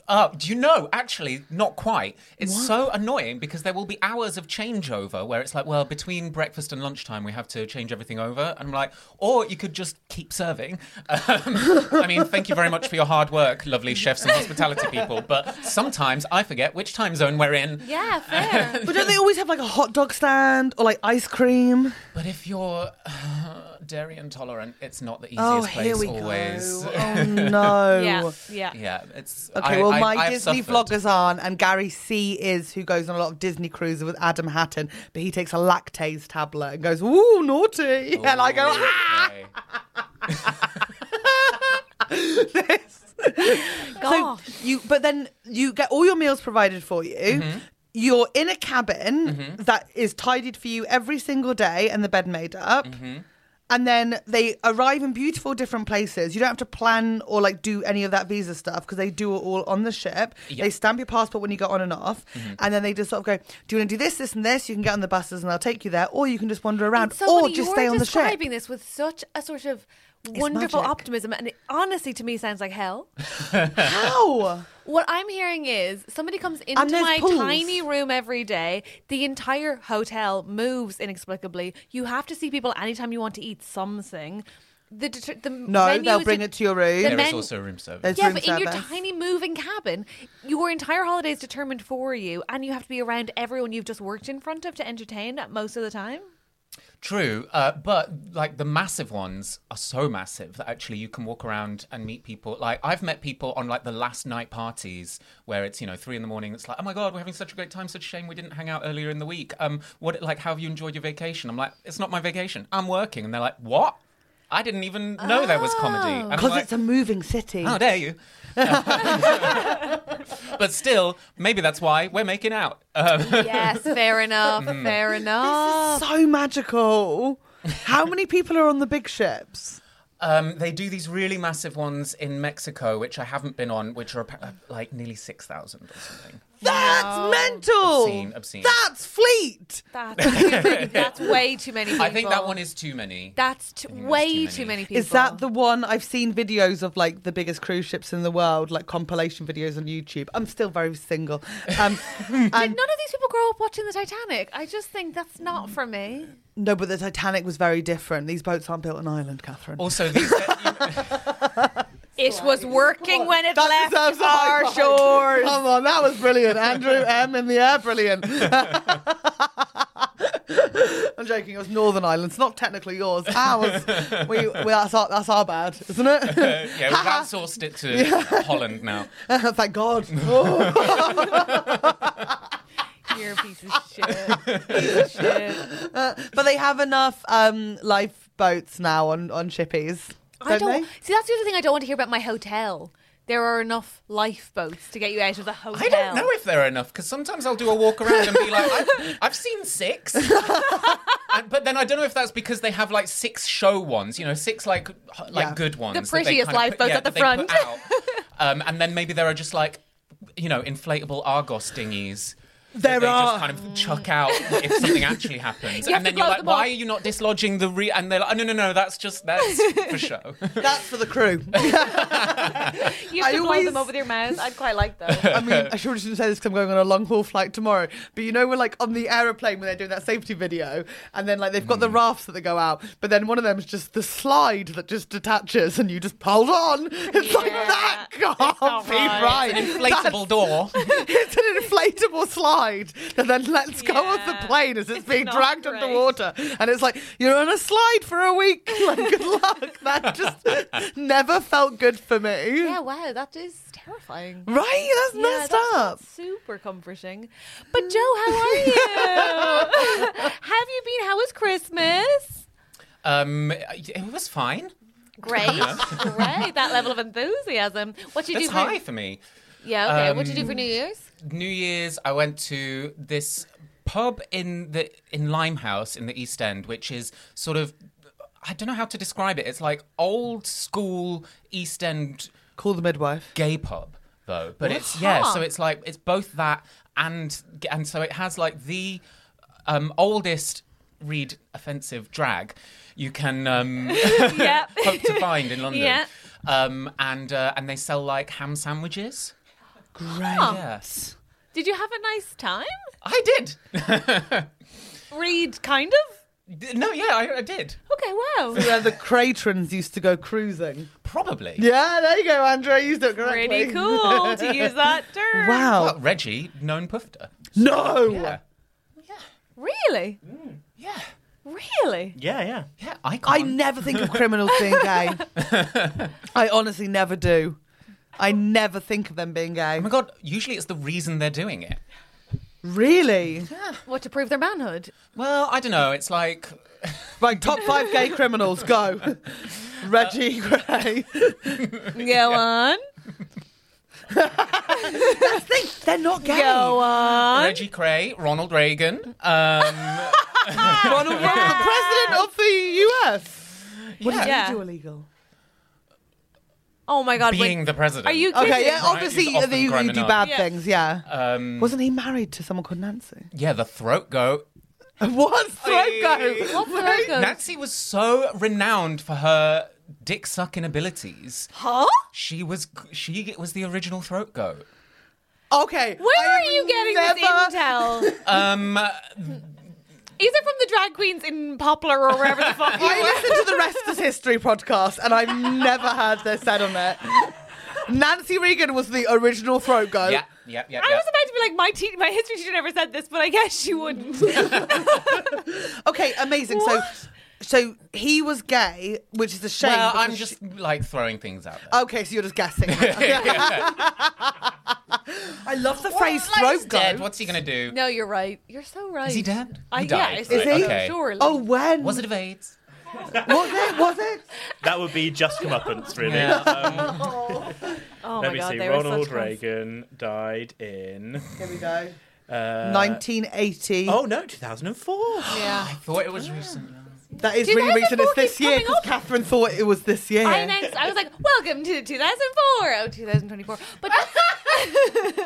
Speaker 3: uh, do you know? Actually, not quite. It's so annoying because there will be hours of changeover where it's like, well, between breakfast and lunchtime, we have to change everything over. And I'm like, or you could just keep serving. Um, I mean, thank you very much for your hard work, lovely chefs and hospitality people. But sometimes I forget which time zone we're in.
Speaker 1: Yeah, fair.
Speaker 2: But don't they always have like a hot dog stand or like ice cream?
Speaker 3: But if you're uh, dairy intolerant, it's not the easiest
Speaker 2: Oh,
Speaker 3: place
Speaker 2: here we
Speaker 3: always.
Speaker 2: go. Oh, no.
Speaker 1: yeah, yeah.
Speaker 3: Yeah, it's
Speaker 2: Okay,
Speaker 3: I-
Speaker 2: well,
Speaker 3: I-
Speaker 2: my
Speaker 3: I've
Speaker 2: Disney
Speaker 3: suffered.
Speaker 2: vloggers aren't, and Gary C is, who goes on a lot of Disney cruises with Adam Hatton, but he takes a lactase tablet and goes, "Ooh, naughty," and I go, "Ah!"
Speaker 3: Okay.
Speaker 2: So you, but then you get all your meals provided for you.
Speaker 1: Mm-hmm.
Speaker 2: You're in a cabin that is tidied for you every single day, and the bed made up.
Speaker 1: Mm-hmm.
Speaker 2: And then they arrive in beautiful different places. You don't have to plan or like do any of that visa stuff because they do it all on the ship. They stamp your passport when you get on and off.
Speaker 1: Mm-hmm.
Speaker 2: And then they just sort of go, Do you want to do this, this, and this? You can get on the buses and they'll take you there, or you can just wander around,
Speaker 1: It's so
Speaker 2: or
Speaker 1: funny.
Speaker 2: just
Speaker 1: You're
Speaker 2: stay on the ship.
Speaker 1: describing this with such a sort of wonderful
Speaker 2: magic.
Speaker 1: optimism, and it honestly to me sounds like hell.
Speaker 2: How?
Speaker 1: What I'm hearing is somebody comes into
Speaker 2: And there's
Speaker 1: my
Speaker 2: pools.
Speaker 1: tiny room every day. The entire hotel moves inexplicably. You have to see people anytime you want to eat something. The, det- the
Speaker 2: No,
Speaker 1: menu
Speaker 2: they'll
Speaker 1: is
Speaker 2: bring
Speaker 1: de-
Speaker 2: it to your
Speaker 1: the
Speaker 2: room.
Speaker 3: There is
Speaker 1: men-
Speaker 3: also room service.
Speaker 2: There's
Speaker 1: yeah,
Speaker 2: room
Speaker 1: but in your
Speaker 2: service.
Speaker 1: tiny moving cabin, your entire holiday is determined for you, and you have to be around everyone you've just worked in front of to entertain most of the time.
Speaker 3: True, uh, but like the massive ones are so massive that actually you can walk around and meet people. Like I've met people on like the last night parties where it's you know three in the morning. It's like oh my god, we're having such a great time. Such a shame we didn't hang out earlier in the week. Um, what like how have you enjoyed your vacation? I'm like it's not my vacation. I'm working, and they're like what? I didn't even know there was comedy. And I'm
Speaker 2: Because
Speaker 3: like,
Speaker 2: it's a moving city.
Speaker 1: Oh,
Speaker 3: how dare you? but still, maybe that's why we're making out.
Speaker 1: Yes, fair enough.
Speaker 3: Mm.
Speaker 1: Fair enough.
Speaker 2: so magical. How many people are on the big ships?
Speaker 3: Um, they do these really massive ones in Mexico, which I haven't been on, which are appa- like nearly six thousand or something.
Speaker 2: That's mental.
Speaker 3: Obscene, obscene.
Speaker 2: That's fleet.
Speaker 1: That's, too many- that's way too many people.
Speaker 3: I think that one is too many.
Speaker 1: That's t-
Speaker 3: think that's
Speaker 1: way
Speaker 3: too
Speaker 1: too
Speaker 3: many.
Speaker 1: many. people.
Speaker 2: Is that the one I've seen videos of like the biggest cruise ships in the world, like compilation videos on YouTube? I'm still very single. Um,
Speaker 1: Did
Speaker 2: and,
Speaker 1: none of these people grow up watching the Titanic? I just think that's
Speaker 2: Mm.
Speaker 1: not for me.
Speaker 2: no, but the Titanic was very different. These boats aren't built in Ireland, Catherine.
Speaker 3: Also, these,
Speaker 1: It was working when it
Speaker 2: oh, That
Speaker 1: left
Speaker 2: deserves a high
Speaker 1: our
Speaker 2: five.
Speaker 1: shores.
Speaker 2: Come on, that was brilliant. Andrew M in the air, brilliant. I'm joking. It was Northern Ireland's, not technically yours. Ours. We, we that's our that's our bad, isn't it?
Speaker 3: yeah, we've outsourced it to Holland now.
Speaker 2: Thank God. Oh.
Speaker 1: You're a piece of shit. Piece of shit.
Speaker 2: but they have enough um, lifeboats now on on shippies. Don't
Speaker 1: I don't
Speaker 2: they?
Speaker 1: see. That's the other thing I don't want to hear about my hotel. There are enough lifeboats to get you out of the hotel.
Speaker 3: I don't know if there are enough because sometimes I'll do a walk around and be like, I've, I've seen six. And- but then I don't know if that's because they have like six show ones, you know, six like h- like
Speaker 2: Yeah.
Speaker 3: good ones. that they
Speaker 1: prettiest
Speaker 3: kind of
Speaker 1: lifeboats at
Speaker 3: that
Speaker 1: the
Speaker 3: they put
Speaker 1: front.
Speaker 3: out. um, and then maybe there are just like, you know, inflatable Argos dinghies. that
Speaker 2: There
Speaker 3: they
Speaker 2: are.
Speaker 3: just kind of chuck out if something actually happens,
Speaker 1: You have
Speaker 3: and
Speaker 1: to
Speaker 3: then you're
Speaker 1: blow
Speaker 3: like,
Speaker 1: them
Speaker 3: "Why
Speaker 1: off.
Speaker 3: are you not dislodging the re?" And they're like, "Oh no, no, no, that's just that's for show."
Speaker 2: That's for the crew.
Speaker 1: You have
Speaker 2: I
Speaker 1: to blow
Speaker 2: always-
Speaker 1: them over with your mouth. I'd quite like that.
Speaker 2: I mean, I sure shouldn't say this because I'm going on a long haul flight tomorrow. But you know, we're like on the aeroplane when they're doing that safety video, and then like they've got the
Speaker 3: Mm.
Speaker 2: rafts that they go out, but then one of them is just the slide that just detaches, and you just hold on. It's like
Speaker 1: Yeah.
Speaker 2: that can't
Speaker 1: not
Speaker 2: be
Speaker 1: right.
Speaker 2: right.
Speaker 3: Inflatable door.
Speaker 2: That's- it's an inflatable slide that then lets go of the
Speaker 1: Yeah.
Speaker 2: plane as it's,
Speaker 1: It's
Speaker 2: being
Speaker 1: not
Speaker 2: dragged
Speaker 1: great.
Speaker 2: underwater, and it's like you're on a slide for a week. Like, good luck. That just never felt good for me.
Speaker 1: yeah, wow, that is terrifying.
Speaker 2: Right? That's
Speaker 1: Yeah,
Speaker 2: Mm, messed
Speaker 1: that's not
Speaker 2: up.
Speaker 1: Super comforting. But Joe, how are you? Have you been? How was Christmas?
Speaker 3: Um, it was fine.
Speaker 1: Great, great. That level of enthusiasm. What you
Speaker 3: That's
Speaker 1: do? For,
Speaker 3: high for me.
Speaker 1: Yeah, okay. what you do for New Year's?
Speaker 3: New Year's, I went to this pub in the in Limehouse in the East End, which is sort of I don't know how to describe it. It's like old school East End
Speaker 2: Call the midwife.
Speaker 3: gay pub though but it's yeah so it's like it's both that and and so it has like the um oldest read offensive drag you can um
Speaker 1: Yep.
Speaker 3: hope to find in london
Speaker 1: Yeah.
Speaker 3: um and uh, and they sell like ham sandwiches
Speaker 2: Great.
Speaker 3: yes
Speaker 1: Did you have a nice time?
Speaker 3: i did
Speaker 1: Read, kind of.
Speaker 3: no yeah I, I did
Speaker 1: Okay, wow.
Speaker 2: where the Craytrons used to go cruising.
Speaker 3: probably
Speaker 2: Yeah, there you go, Andrea. You used it correctly.
Speaker 1: Pretty cool to use that term.
Speaker 2: Wow.
Speaker 3: Well, reggie known poofter
Speaker 2: No.
Speaker 3: yeah
Speaker 1: Really?
Speaker 3: yeah
Speaker 1: Really?
Speaker 5: Yeah, yeah.
Speaker 3: yeah Oh icon
Speaker 2: I never think of criminals being gay. I honestly never do. I never think of them being gay.
Speaker 3: oh my god usually it's the reason they're doing it
Speaker 2: Really?
Speaker 1: What to prove their manhood?
Speaker 3: well i don't know it's like
Speaker 2: Right, top five gay criminals, go. Reggie
Speaker 1: Uh,
Speaker 2: Gray.
Speaker 1: Go on.
Speaker 2: They're not gay.
Speaker 1: Go on.
Speaker 3: Reggie Cray, Ronald Reagan. Um,
Speaker 2: Ronald Reagan, the president of the US. What did
Speaker 1: Yeah.
Speaker 2: he do illegal?
Speaker 1: Oh my God.
Speaker 3: being
Speaker 1: wait.
Speaker 3: the president.
Speaker 1: Are you kidding?
Speaker 2: Okay, yeah,
Speaker 3: Crime
Speaker 2: obviously uh,
Speaker 3: is often
Speaker 2: they- you,
Speaker 3: crime
Speaker 2: do
Speaker 3: enough.
Speaker 2: bad
Speaker 1: Yeah.
Speaker 2: things, yeah.
Speaker 3: Um,
Speaker 2: Wasn't he married to someone called Nancy?
Speaker 3: yeah, the throat goat.
Speaker 2: What's throat goat?
Speaker 1: What's the logo?
Speaker 3: Nancy was so renowned for her Uh, dick sucking abilities.
Speaker 1: Huh?
Speaker 3: She was she was the original throat goat.
Speaker 2: Okay.
Speaker 1: Where
Speaker 2: I
Speaker 1: are
Speaker 2: have
Speaker 1: you getting this
Speaker 2: never-
Speaker 1: intel?
Speaker 3: Um,
Speaker 1: Either from the drag queens in Poplar or wherever the fuck you
Speaker 2: I listened to the Rest is History podcast and I've never heard this said on it. Nancy Reagan was the original throat goat.
Speaker 3: yeah, yeah, yeah.
Speaker 1: I
Speaker 3: yeah.
Speaker 1: was about to be like, my te- my history teacher never said this, but I guess she wouldn't.
Speaker 2: Okay, amazing. So so he was gay, which is a shame.
Speaker 3: well, Uh, I'm
Speaker 2: because
Speaker 3: just
Speaker 2: she-
Speaker 3: like throwing things out there.
Speaker 2: Okay, so you're just guessing. I love the phrase
Speaker 3: Well, he's
Speaker 2: throat
Speaker 3: dead.
Speaker 2: goat.
Speaker 3: What's he gonna do?
Speaker 1: no, you're right. You're so right.
Speaker 3: Is he dead?
Speaker 1: I,
Speaker 3: He
Speaker 1: yeah,
Speaker 3: died,
Speaker 1: is
Speaker 3: right,
Speaker 2: Is he?
Speaker 3: okay.
Speaker 1: Surely.
Speaker 2: Oh, when?
Speaker 3: Was it of AIDS?
Speaker 2: Was it? Was it?
Speaker 5: That would be just comeuppance, really.
Speaker 3: Yeah.
Speaker 5: Um,
Speaker 1: oh
Speaker 5: let
Speaker 1: my
Speaker 5: me
Speaker 1: God,
Speaker 5: see.
Speaker 1: they were
Speaker 5: Ronald
Speaker 1: such cons-
Speaker 5: Reagan died in.
Speaker 2: Here we go.
Speaker 5: Uh,
Speaker 2: 1980.
Speaker 5: Oh no, 2004.
Speaker 1: Yeah.
Speaker 3: I thought it was recent.
Speaker 2: that is really recent. It's
Speaker 1: 2004
Speaker 2: this
Speaker 1: keeps
Speaker 2: year
Speaker 1: coming
Speaker 2: because
Speaker 1: up.
Speaker 2: Catherine thought it was this year.
Speaker 1: I announced, I was like, welcome to 2004. Oh, 2024. But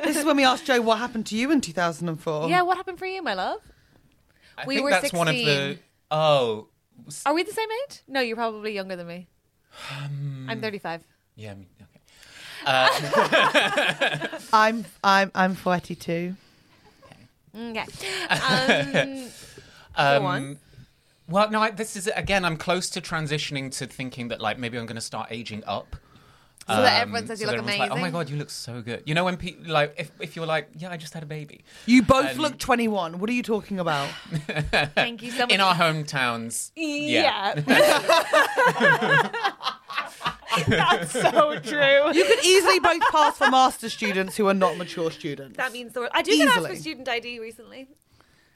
Speaker 2: This is when we asked Joe what happened to you in 2004.
Speaker 1: yeah, what happened for you, my love?
Speaker 3: I
Speaker 1: We
Speaker 3: think
Speaker 1: were
Speaker 3: that's one of the.
Speaker 1: 16.
Speaker 3: Oh,
Speaker 1: Are we the same age? No, you're probably younger than me.
Speaker 3: Um,
Speaker 1: I'm 35.
Speaker 3: yeah. I mean, okay.
Speaker 2: I'm I'm I'm 42.
Speaker 1: Okay. Um, go
Speaker 3: um,
Speaker 1: on.
Speaker 3: Well, no, I, this is again. I'm close to transitioning to thinking that like maybe I'm going to start aging up.
Speaker 1: So that everyone says you
Speaker 3: so
Speaker 1: look
Speaker 3: everyone's Like, oh my
Speaker 1: amazing."
Speaker 3: god, you look so good. You know when people like if, if you're like, yeah, I just had a baby.
Speaker 2: You both
Speaker 3: Um,
Speaker 2: look 21. What are you talking about?
Speaker 1: Thank you so much.
Speaker 3: in our hometowns.
Speaker 1: yeah. That's so true.
Speaker 2: You could easily both pass for master students who are not mature students.
Speaker 1: That means the world. I do get asked for
Speaker 2: Easily.
Speaker 1: student ID recently.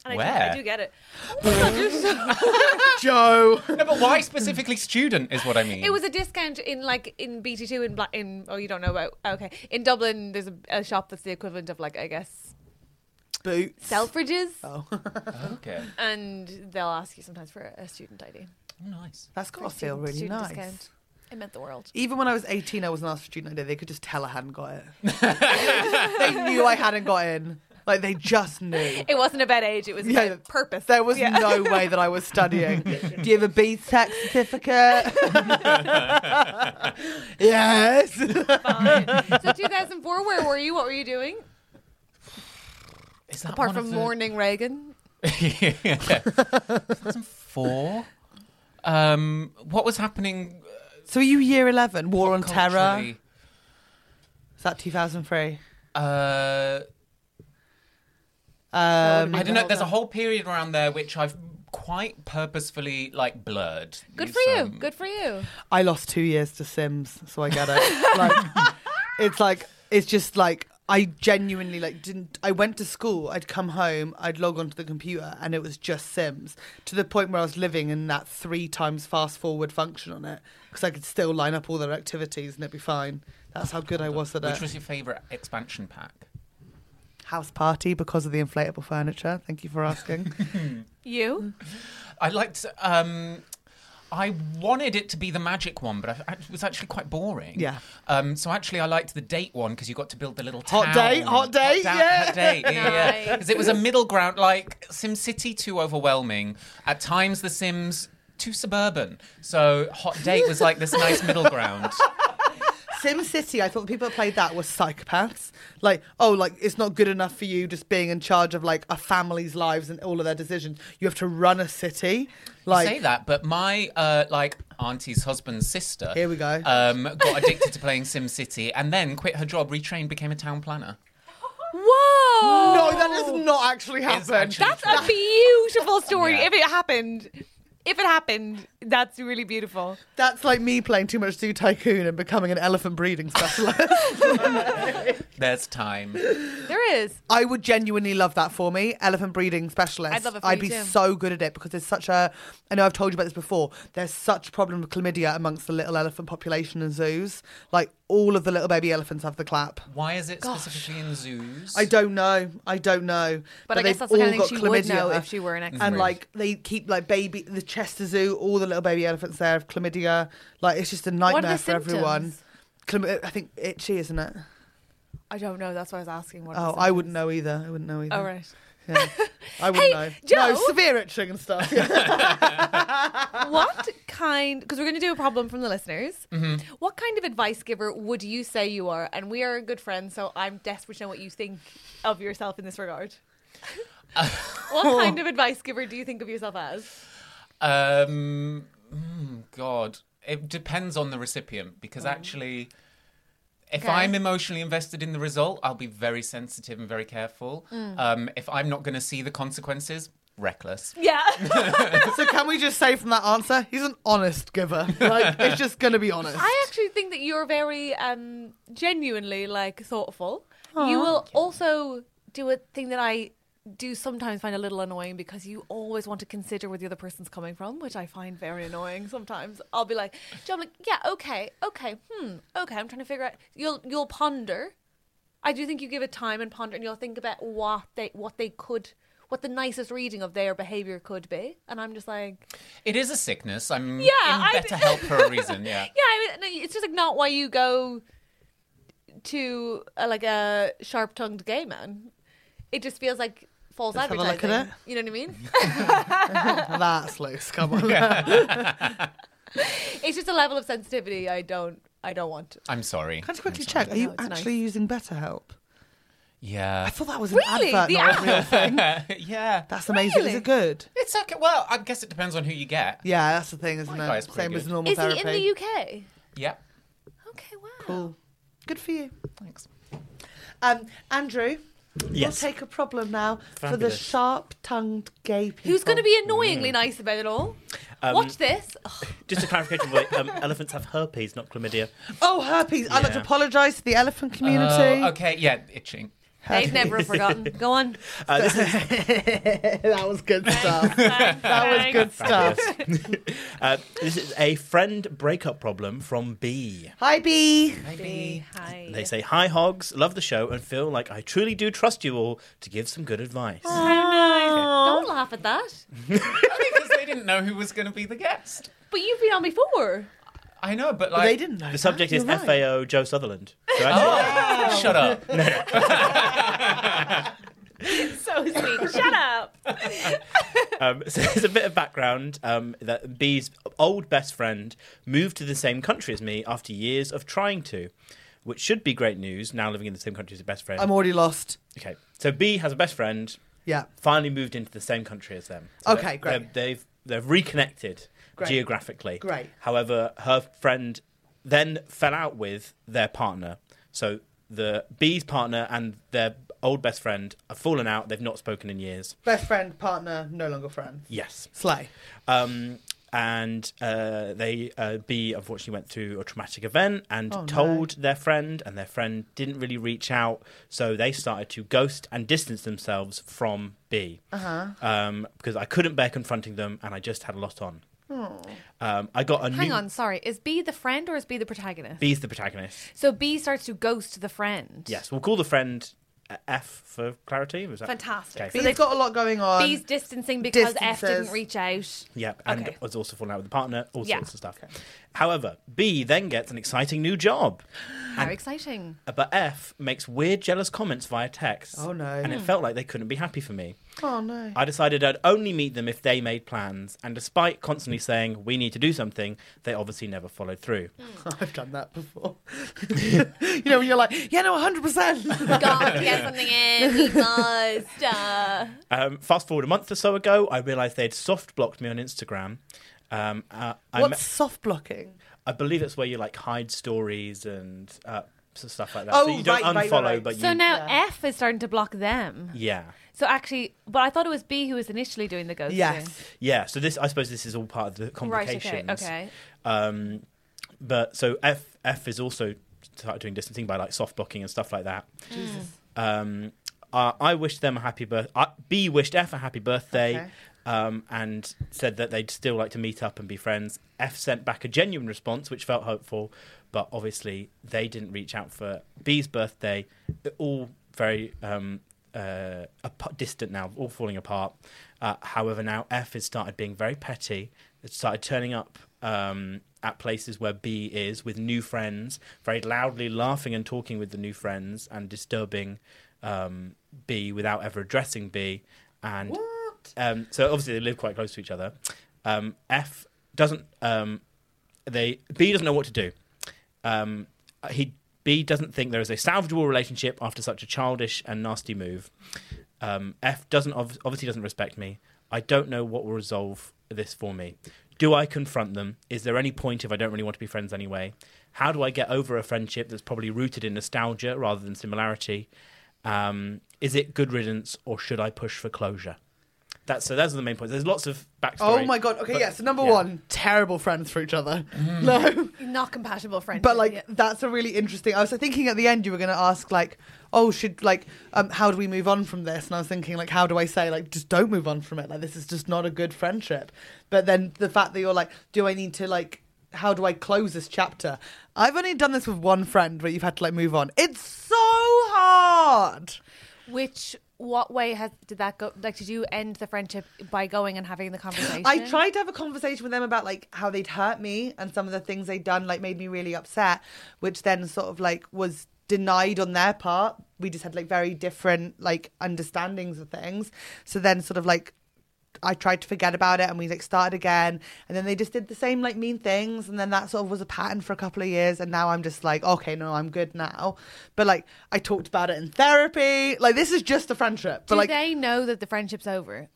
Speaker 1: And I,
Speaker 3: Where?
Speaker 1: Do, I do get it. Oh my God,
Speaker 2: Joe.
Speaker 3: No, but why specifically student is what I mean.
Speaker 1: it was a discount in like in BT2 in Bla- in oh you don't know about okay in Dublin there's a, a shop that's the equivalent of like I guess
Speaker 2: Boots.
Speaker 1: Selfridges
Speaker 3: Oh. okay.
Speaker 1: and they'll ask you sometimes for a student ID.
Speaker 3: Nice.
Speaker 2: That's got to feel
Speaker 1: Student-
Speaker 2: really
Speaker 1: student
Speaker 2: nice.
Speaker 1: discount. It meant the world.
Speaker 2: Even when I was 18, I wasn't asked for student ID. They could just tell I hadn't got it. they knew I hadn't got in. Like, they just knew.
Speaker 1: It wasn't about age. It was
Speaker 2: Yeah.
Speaker 1: about purpose.
Speaker 2: There was no way that I was studying. Do you have a BTEC certificate? yes.
Speaker 1: Fine. so 2004, where were you? What were you doing?
Speaker 3: Is that
Speaker 1: Apart
Speaker 3: one of
Speaker 1: from
Speaker 3: the-
Speaker 1: mourning Reagan.
Speaker 3: yeah. 2004. Um, what was happening?
Speaker 2: So, are you year 11? War on Terror?
Speaker 3: culturally?
Speaker 2: Is that 2003?
Speaker 3: Uh,
Speaker 2: Um,
Speaker 3: I don't know. There's a whole period around there which I've quite purposefully like blurred.
Speaker 1: Good for
Speaker 3: So-
Speaker 1: you. Good for you.
Speaker 2: I lost two years to Sims, so I get it. like, it's like it's just like I genuinely like didn't. I went to school. I'd come home. I'd log onto the computer, and it was just Sims to the point where I was living in that three times fast forward function on it because I could still line up all their activities and it'd be fine. That's how good I was at
Speaker 3: Which
Speaker 2: it.
Speaker 3: was your favorite expansion pack?
Speaker 2: House party because of the inflatable furniture. Thank you for asking.
Speaker 1: You?
Speaker 3: I liked. Um, I wanted it to be the magic one, but I, it was actually quite boring.
Speaker 2: Yeah.
Speaker 3: Um, so actually, I liked the date one because you got to build the little
Speaker 2: Hot
Speaker 3: town.
Speaker 2: date, hot date,
Speaker 3: da-
Speaker 2: yeah.
Speaker 3: hot date, yeah,
Speaker 1: Nice.
Speaker 3: yeah. Because it was a middle ground, like SimCity too overwhelming. At times, The Sims too suburban. So hot date was like this nice middle ground.
Speaker 2: Sim City, I thought the people that played that were psychopaths. Like, oh, like it's not good enough for you just being in charge of like a family's lives and all of their decisions. You have to run a city. Like,
Speaker 3: say that, but my uh, like auntie's husband's sister.
Speaker 2: Here we go.
Speaker 1: Uh,
Speaker 3: Um, got addicted to playing SimCity and then quit her job, retrained, became a town planner.
Speaker 1: Whoa!
Speaker 2: no, that does not actually
Speaker 3: It's
Speaker 2: happen.
Speaker 3: actually
Speaker 1: That's
Speaker 3: true.
Speaker 1: a beautiful story.
Speaker 3: Yeah.
Speaker 1: If it happened, if it happened, that's really beautiful.
Speaker 2: That's like me playing too much Zoo Tycoon and becoming an elephant breeding specialist.
Speaker 3: There's time.
Speaker 1: There is.
Speaker 2: I would genuinely love that for me, elephant breeding specialist.
Speaker 1: I'd love it for
Speaker 2: I'd
Speaker 1: you
Speaker 2: be
Speaker 1: too.
Speaker 2: so good at it because there's such a. I know I've told you about this before. There's such a problem with chlamydia amongst the little elephant population in zoos. Like all of the little baby elephants have the clap.
Speaker 3: Why is it specifically in zoos?
Speaker 2: I don't know. I don't know.
Speaker 1: But I guess
Speaker 2: they've
Speaker 1: that's the kind of
Speaker 2: all
Speaker 1: thing
Speaker 2: got
Speaker 1: she would
Speaker 2: chlamydia.
Speaker 1: know if she were an expert.
Speaker 2: And like they keep like baby the Chester Zoo, all the little baby elephants there have chlamydia. Like it's just a
Speaker 1: are
Speaker 2: nightmare
Speaker 1: the
Speaker 2: for everyone.
Speaker 1: symptoms?
Speaker 2: Chlam- I think itchy, isn't it?
Speaker 1: I don't know. That's why I was asking. What?
Speaker 2: Oh, I wouldn't know either. I wouldn't know either.
Speaker 1: All right.
Speaker 2: Yeah. I wouldn't know. No,
Speaker 1: Joe.
Speaker 2: severe itching and stuff.
Speaker 1: what kind? Because we're going to do a problem from the listeners. What kind of advice giver would you say you are? And we are good friends, so I'm desperate to know what you think of yourself in this regard. what kind of advice giver do you think of yourself as?
Speaker 3: Um, mm, God, it depends on the recipient because actually, if
Speaker 1: Mm. Okay.
Speaker 3: I'm emotionally invested in the result, I'll be very sensitive and very careful.
Speaker 1: Mm.
Speaker 3: Um, if I'm not going to see the consequences, reckless.
Speaker 1: Yeah.
Speaker 2: so can we just say from that answer, he's an honest giver. Like it's just gonna be honest.
Speaker 1: I actually think that you're very um, genuinely like thoughtful. You will also do a thing that I do sometimes find a little annoying because you always want to consider where the other person's coming from, which I find very annoying sometimes. I'll be like, John, like, yeah, okay, okay, hmm, okay. I'm trying to figure out. You'll you'll ponder. I do think you give it time and ponder, and you'll think about what they what they could. What the nicest reading of their behavior could be, and I'm just like,
Speaker 3: It is a sickness. I'm
Speaker 1: Yeah, I-
Speaker 3: in better help for a reason. Yeah.
Speaker 1: yeah, I mean, it's just like not why you go to uh like a sharp-tongued gay man. It just feels like false
Speaker 2: Let's have a
Speaker 1: advertising.
Speaker 2: look at
Speaker 1: You know what I mean?
Speaker 2: That's loose. Come on.
Speaker 1: it's just a level of sensitivity I don't, I don't want.
Speaker 3: I'm sorry.
Speaker 2: Can I just quickly
Speaker 3: I'm sorry.
Speaker 2: check? Are you
Speaker 1: it's nice.
Speaker 2: actually using BetterHelp?
Speaker 3: Yeah.
Speaker 2: I thought that was an
Speaker 1: Really?
Speaker 2: advert,
Speaker 1: The
Speaker 2: not a
Speaker 1: app?
Speaker 2: real thing.
Speaker 3: yeah.
Speaker 2: That's amazing. Is
Speaker 1: Really?
Speaker 2: it good?
Speaker 3: It's okay. Well, I guess it depends on who you get.
Speaker 2: Yeah, that's the thing, isn't
Speaker 3: My guy's
Speaker 2: it?
Speaker 3: pretty
Speaker 2: Same as
Speaker 3: good.
Speaker 2: normal
Speaker 1: Is
Speaker 2: therapy.
Speaker 1: he in the UK?
Speaker 3: Yep.
Speaker 1: Okay, wow.
Speaker 2: Cool. Good for you.
Speaker 3: Thanks.
Speaker 2: Um, Andrew,
Speaker 5: Yes.
Speaker 2: we'll take a problem now for the
Speaker 5: Fabulous.
Speaker 2: sharp-tongued gay people.
Speaker 1: Who's going to be annoyingly nice about it all? Watch this. Ugh,
Speaker 6: Just a clarification, boy. Um, elephants have herpes, not chlamydia.
Speaker 2: Oh, herpes! I'd like to
Speaker 6: Yeah.
Speaker 2: apologise to the elephant community.
Speaker 3: Oh, okay, yeah, itching.
Speaker 1: they'd never have forgotten. Go on.
Speaker 2: that was good stuff. that was good stuff.
Speaker 6: Uh, this is a friend breakup problem from B.
Speaker 2: Hi, B.
Speaker 3: Maybe.
Speaker 1: Hi.
Speaker 6: They say, Hi, Hogs. Love the show and feel like I truly do trust you all to give some good advice.
Speaker 1: Don't laugh at that.
Speaker 3: because they didn't know who was going to be the guest.
Speaker 1: But you've been on before.
Speaker 3: I know, but like.
Speaker 2: They didn't know.
Speaker 6: The subject is
Speaker 2: You're right.
Speaker 6: FAO Joe Sutherland. So actually-
Speaker 3: Shut up.
Speaker 1: So sweet. Shut up.
Speaker 2: Oh.
Speaker 6: Um, so there's a bit of background um, that B's old best friend moved to the same country as me after years of trying to, which should be great news now living in the same country as a best friend.
Speaker 2: I'm already lost.
Speaker 6: okay, so B has a best friend,
Speaker 2: Yeah.
Speaker 6: finally moved into the same country as them. So
Speaker 2: Okay,
Speaker 6: they're-
Speaker 2: great.
Speaker 6: they're- They've they've reconnected
Speaker 2: Great.
Speaker 6: geographically.
Speaker 2: Great.
Speaker 6: However, her friend then fell out with their partner. So the B's partner and their old best friend have fallen out. They've not spoken in years.
Speaker 2: Best friend, partner, no longer friend.
Speaker 6: Yes.
Speaker 2: Slay.
Speaker 6: Um, and uh, they uh, B unfortunately went through a traumatic event and
Speaker 1: Oh,
Speaker 6: told their friend, and their friend didn't really reach out, so they started to ghost and distance themselves from B. Uh-huh. Um, because I couldn't bear confronting them, and I just had a lot on. Um, I got a
Speaker 1: Oh. Hang
Speaker 6: new
Speaker 1: on. Sorry. Is B the friend or is B the protagonist?
Speaker 6: B's the protagonist.
Speaker 1: So B starts to ghost the friend.
Speaker 6: Yes, we'll call the friend uh, F for clarity. Was that
Speaker 1: Fantastic.
Speaker 6: Okay.
Speaker 1: So
Speaker 2: B's got a lot going on.
Speaker 1: B's distancing because F
Speaker 2: Distances.
Speaker 1: didn't reach out.
Speaker 6: Yep, and
Speaker 1: Okay.
Speaker 6: was also falling out with the partner, all
Speaker 1: Yeah.
Speaker 6: sorts of stuff. However, B then gets an exciting new job.
Speaker 1: How exciting.
Speaker 6: But F makes weird, jealous comments via text.
Speaker 2: Oh, no.
Speaker 6: And it
Speaker 1: Hmm.
Speaker 6: felt like they couldn't be happy for me.
Speaker 2: oh no.
Speaker 6: I decided I'd only meet them if they made plans, and despite constantly saying we need to do something, they obviously never followed through.
Speaker 2: I've done that before. you know, when you're like, yeah, no, 100%.
Speaker 1: God, get something in. Be ghost. Uh,
Speaker 6: Um, fast forward a month or so ago, I realised they'd soft blocked me on Instagram. Um, uh, I,
Speaker 2: What's
Speaker 6: me-
Speaker 2: soft blocking?
Speaker 6: I believe it's where you like hide stories and uh, s- stuff like that.
Speaker 2: Oh,
Speaker 6: so you don't
Speaker 2: right, right,
Speaker 6: unfollow,
Speaker 2: right.
Speaker 6: but
Speaker 1: so
Speaker 6: you
Speaker 1: now F is starting to block them.
Speaker 6: yeah.
Speaker 1: So actually, but I thought it was B who was initially doing the ghosting.
Speaker 2: Yes.
Speaker 6: Yeah, so this I suppose this is all part of the
Speaker 1: Right.
Speaker 6: complications.
Speaker 1: Okay. Okay.
Speaker 6: Um, but so F F is also started doing distancing by like soft blocking and stuff like that. Jesus. Um, uh, I wished them a happy birth. Uh, B wished F a happy birthday.
Speaker 2: Okay.
Speaker 6: Um, and said that they'd still like to meet up and be friends. F sent back a genuine response, which felt hopeful, but obviously they didn't reach out for B's birthday. They're all very um, uh, ap- distant now, all falling apart. Uh, however, now F has started being very petty. It started turning up um, at places where B is with new friends, very loudly laughing and talking with the new friends and disturbing um, B without ever addressing B. And Um, so obviously they live quite close to each other. Um, F doesn't. Um, they B doesn't know what to do. Um, he B doesn't think there is a salvageable relationship after such a childish and nasty move. Um, F doesn't ob- obviously doesn't respect me. I don't know what will resolve this for me. Do I confront them? Is there any point if I don't really want to be friends anyway? How do I get over a friendship that's probably rooted in nostalgia rather than similarity? Um, is it good riddance or should I push for closure? That's so. Those are the main points. There's lots of backstory.
Speaker 2: Oh my god. Okay,
Speaker 6: but-
Speaker 2: yeah. Mm. So number
Speaker 6: yeah.
Speaker 2: one, terrible friends for each other. No,
Speaker 1: Not compatible friendship.
Speaker 2: but like
Speaker 1: yeah.
Speaker 2: that's a really interesting. I was thinking at the end you were going to ask like, oh, should like, um, how do we move on from this? And I was thinking like, how do I say like, just don't move on from it. Like this is just not a good friendship. But then the fact that you're like, do I need to like, how do I close this chapter? I've only done this with one friend where you've had to like move on. It's so hard.
Speaker 1: Which what way has did that go? Like, did you end the friendship by going and having the conversation?
Speaker 2: I tried to have a conversation with them about like how they'd hurt me and some of the things they'd done like made me really upset, which then sort of like was denied on their part. We just had like very different like understandings of things. So then sort of like I tried to forget about it and we like started again and then they just did the same like mean things and then that sort of was a pattern for a couple of years and now I'm just like okay no I'm good now but like I talked about it in therapy like this is just a friendship but
Speaker 1: Do
Speaker 2: like
Speaker 1: they know that the friendship's over?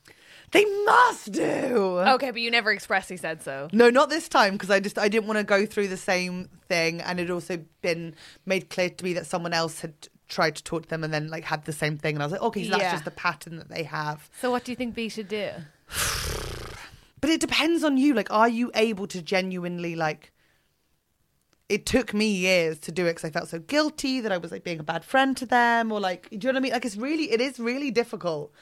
Speaker 2: They must do.
Speaker 1: Okay, but you never expressly said so.
Speaker 2: No, not this time because I just I didn't want to go through the same thing, and it also been made clear to me that someone else had tried to talk to them and then like had the same thing, and I was like, okay, so that's
Speaker 1: Yeah.
Speaker 2: just the pattern that they have.
Speaker 1: So what do you think B should do?
Speaker 2: But it depends on you. Like, are you able to genuinely like? It took me years to do it because I felt so guilty that I was like being a bad friend to them, or like, do you know what I mean? Like, it's really, it is really difficult.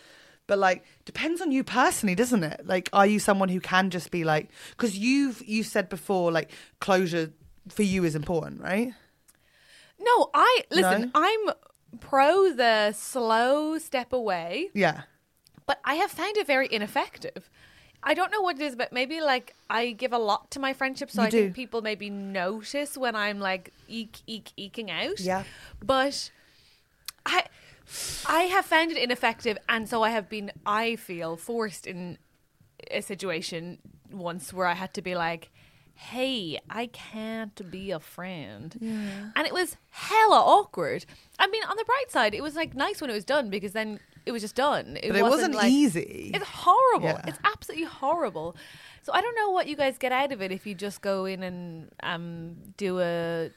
Speaker 2: But like, depends on you personally, doesn't it? Like, are you someone who can just be like? Because you've you said before, like closure for you is important, right?
Speaker 1: No, I listen.
Speaker 2: No?
Speaker 1: I'm pro the slow step away,
Speaker 2: Yeah.
Speaker 1: but I have found it very ineffective. I don't know what it is, but maybe like I give a lot to my friendship, so
Speaker 2: You
Speaker 1: I think
Speaker 2: do.
Speaker 1: people maybe notice when I'm like eek eek eking out.
Speaker 2: Yeah.
Speaker 1: but I. I have found it ineffective, and so I have been, I feel, forced in a situation once where I had to be like, hey, I can't be a friend. And it was hella awkward. I mean, on the bright side, it was like nice when it was done because then it was just done.
Speaker 2: But it wasn't
Speaker 1: like-
Speaker 2: easy.
Speaker 1: It's horrible.
Speaker 2: Yeah.
Speaker 1: It's absolutely horrible. So I don't know what you guys get out of it if you just go in and um, do a.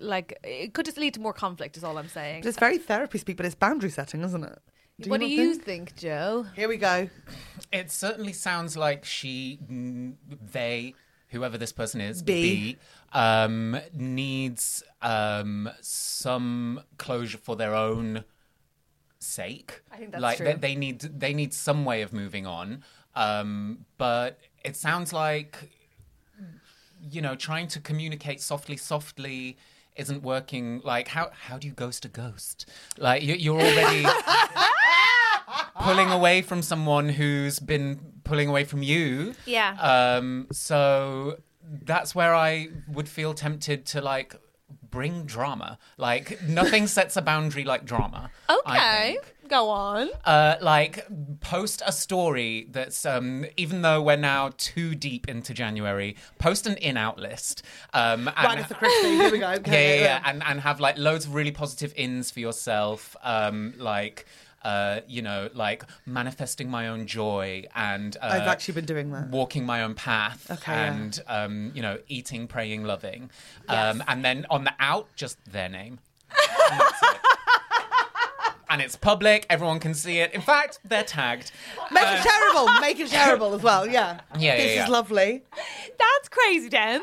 Speaker 1: Like, it could just lead to more conflict, is all I'm saying.
Speaker 2: But it's very therapy speak, but it's boundary setting, isn't it?
Speaker 1: what
Speaker 2: not
Speaker 1: do you think, Joe?
Speaker 2: Here we go.
Speaker 3: It certainly sounds like she, n- they, whoever this person is,
Speaker 2: B.
Speaker 3: B, um, needs um, some closure for their own sake. I
Speaker 1: think that's
Speaker 3: like
Speaker 1: true.
Speaker 3: They, they need they need some way of moving on. Um, but it sounds like you know trying to communicate softly, softly isn't working. Like how how do you ghost a ghost? Like you, you're already. pulling away from someone who's been pulling away from you.
Speaker 1: Yeah.
Speaker 3: Um, so that's where I would feel tempted to like bring drama. Like nothing sets a boundary like drama. I
Speaker 1: Okay,
Speaker 3: think.
Speaker 1: go on.
Speaker 3: Uh, like post a story that's um, even though we're now too deep into January, post an in-out list. Um, and-
Speaker 2: Right, it's the Christmas. Here we go.
Speaker 3: yeah,
Speaker 2: Okay,
Speaker 3: yeah, yeah. And, and have like loads of really positive ins for yourself. Um, like, uh, you know, like manifesting my own joy and uh,
Speaker 2: I've actually been doing that.
Speaker 3: walking my own path
Speaker 2: Okay, yeah.
Speaker 3: and, um, you know, eating, praying, loving. Um, and then on the out, just their name. And that's it. And it's public, everyone can see it. In fact, they're tagged.
Speaker 2: Make it terrible. Make it terrible as well. Yeah.
Speaker 3: Yeah, yeah,
Speaker 2: This
Speaker 3: yeah.
Speaker 2: is lovely.
Speaker 1: That's crazy, Dan.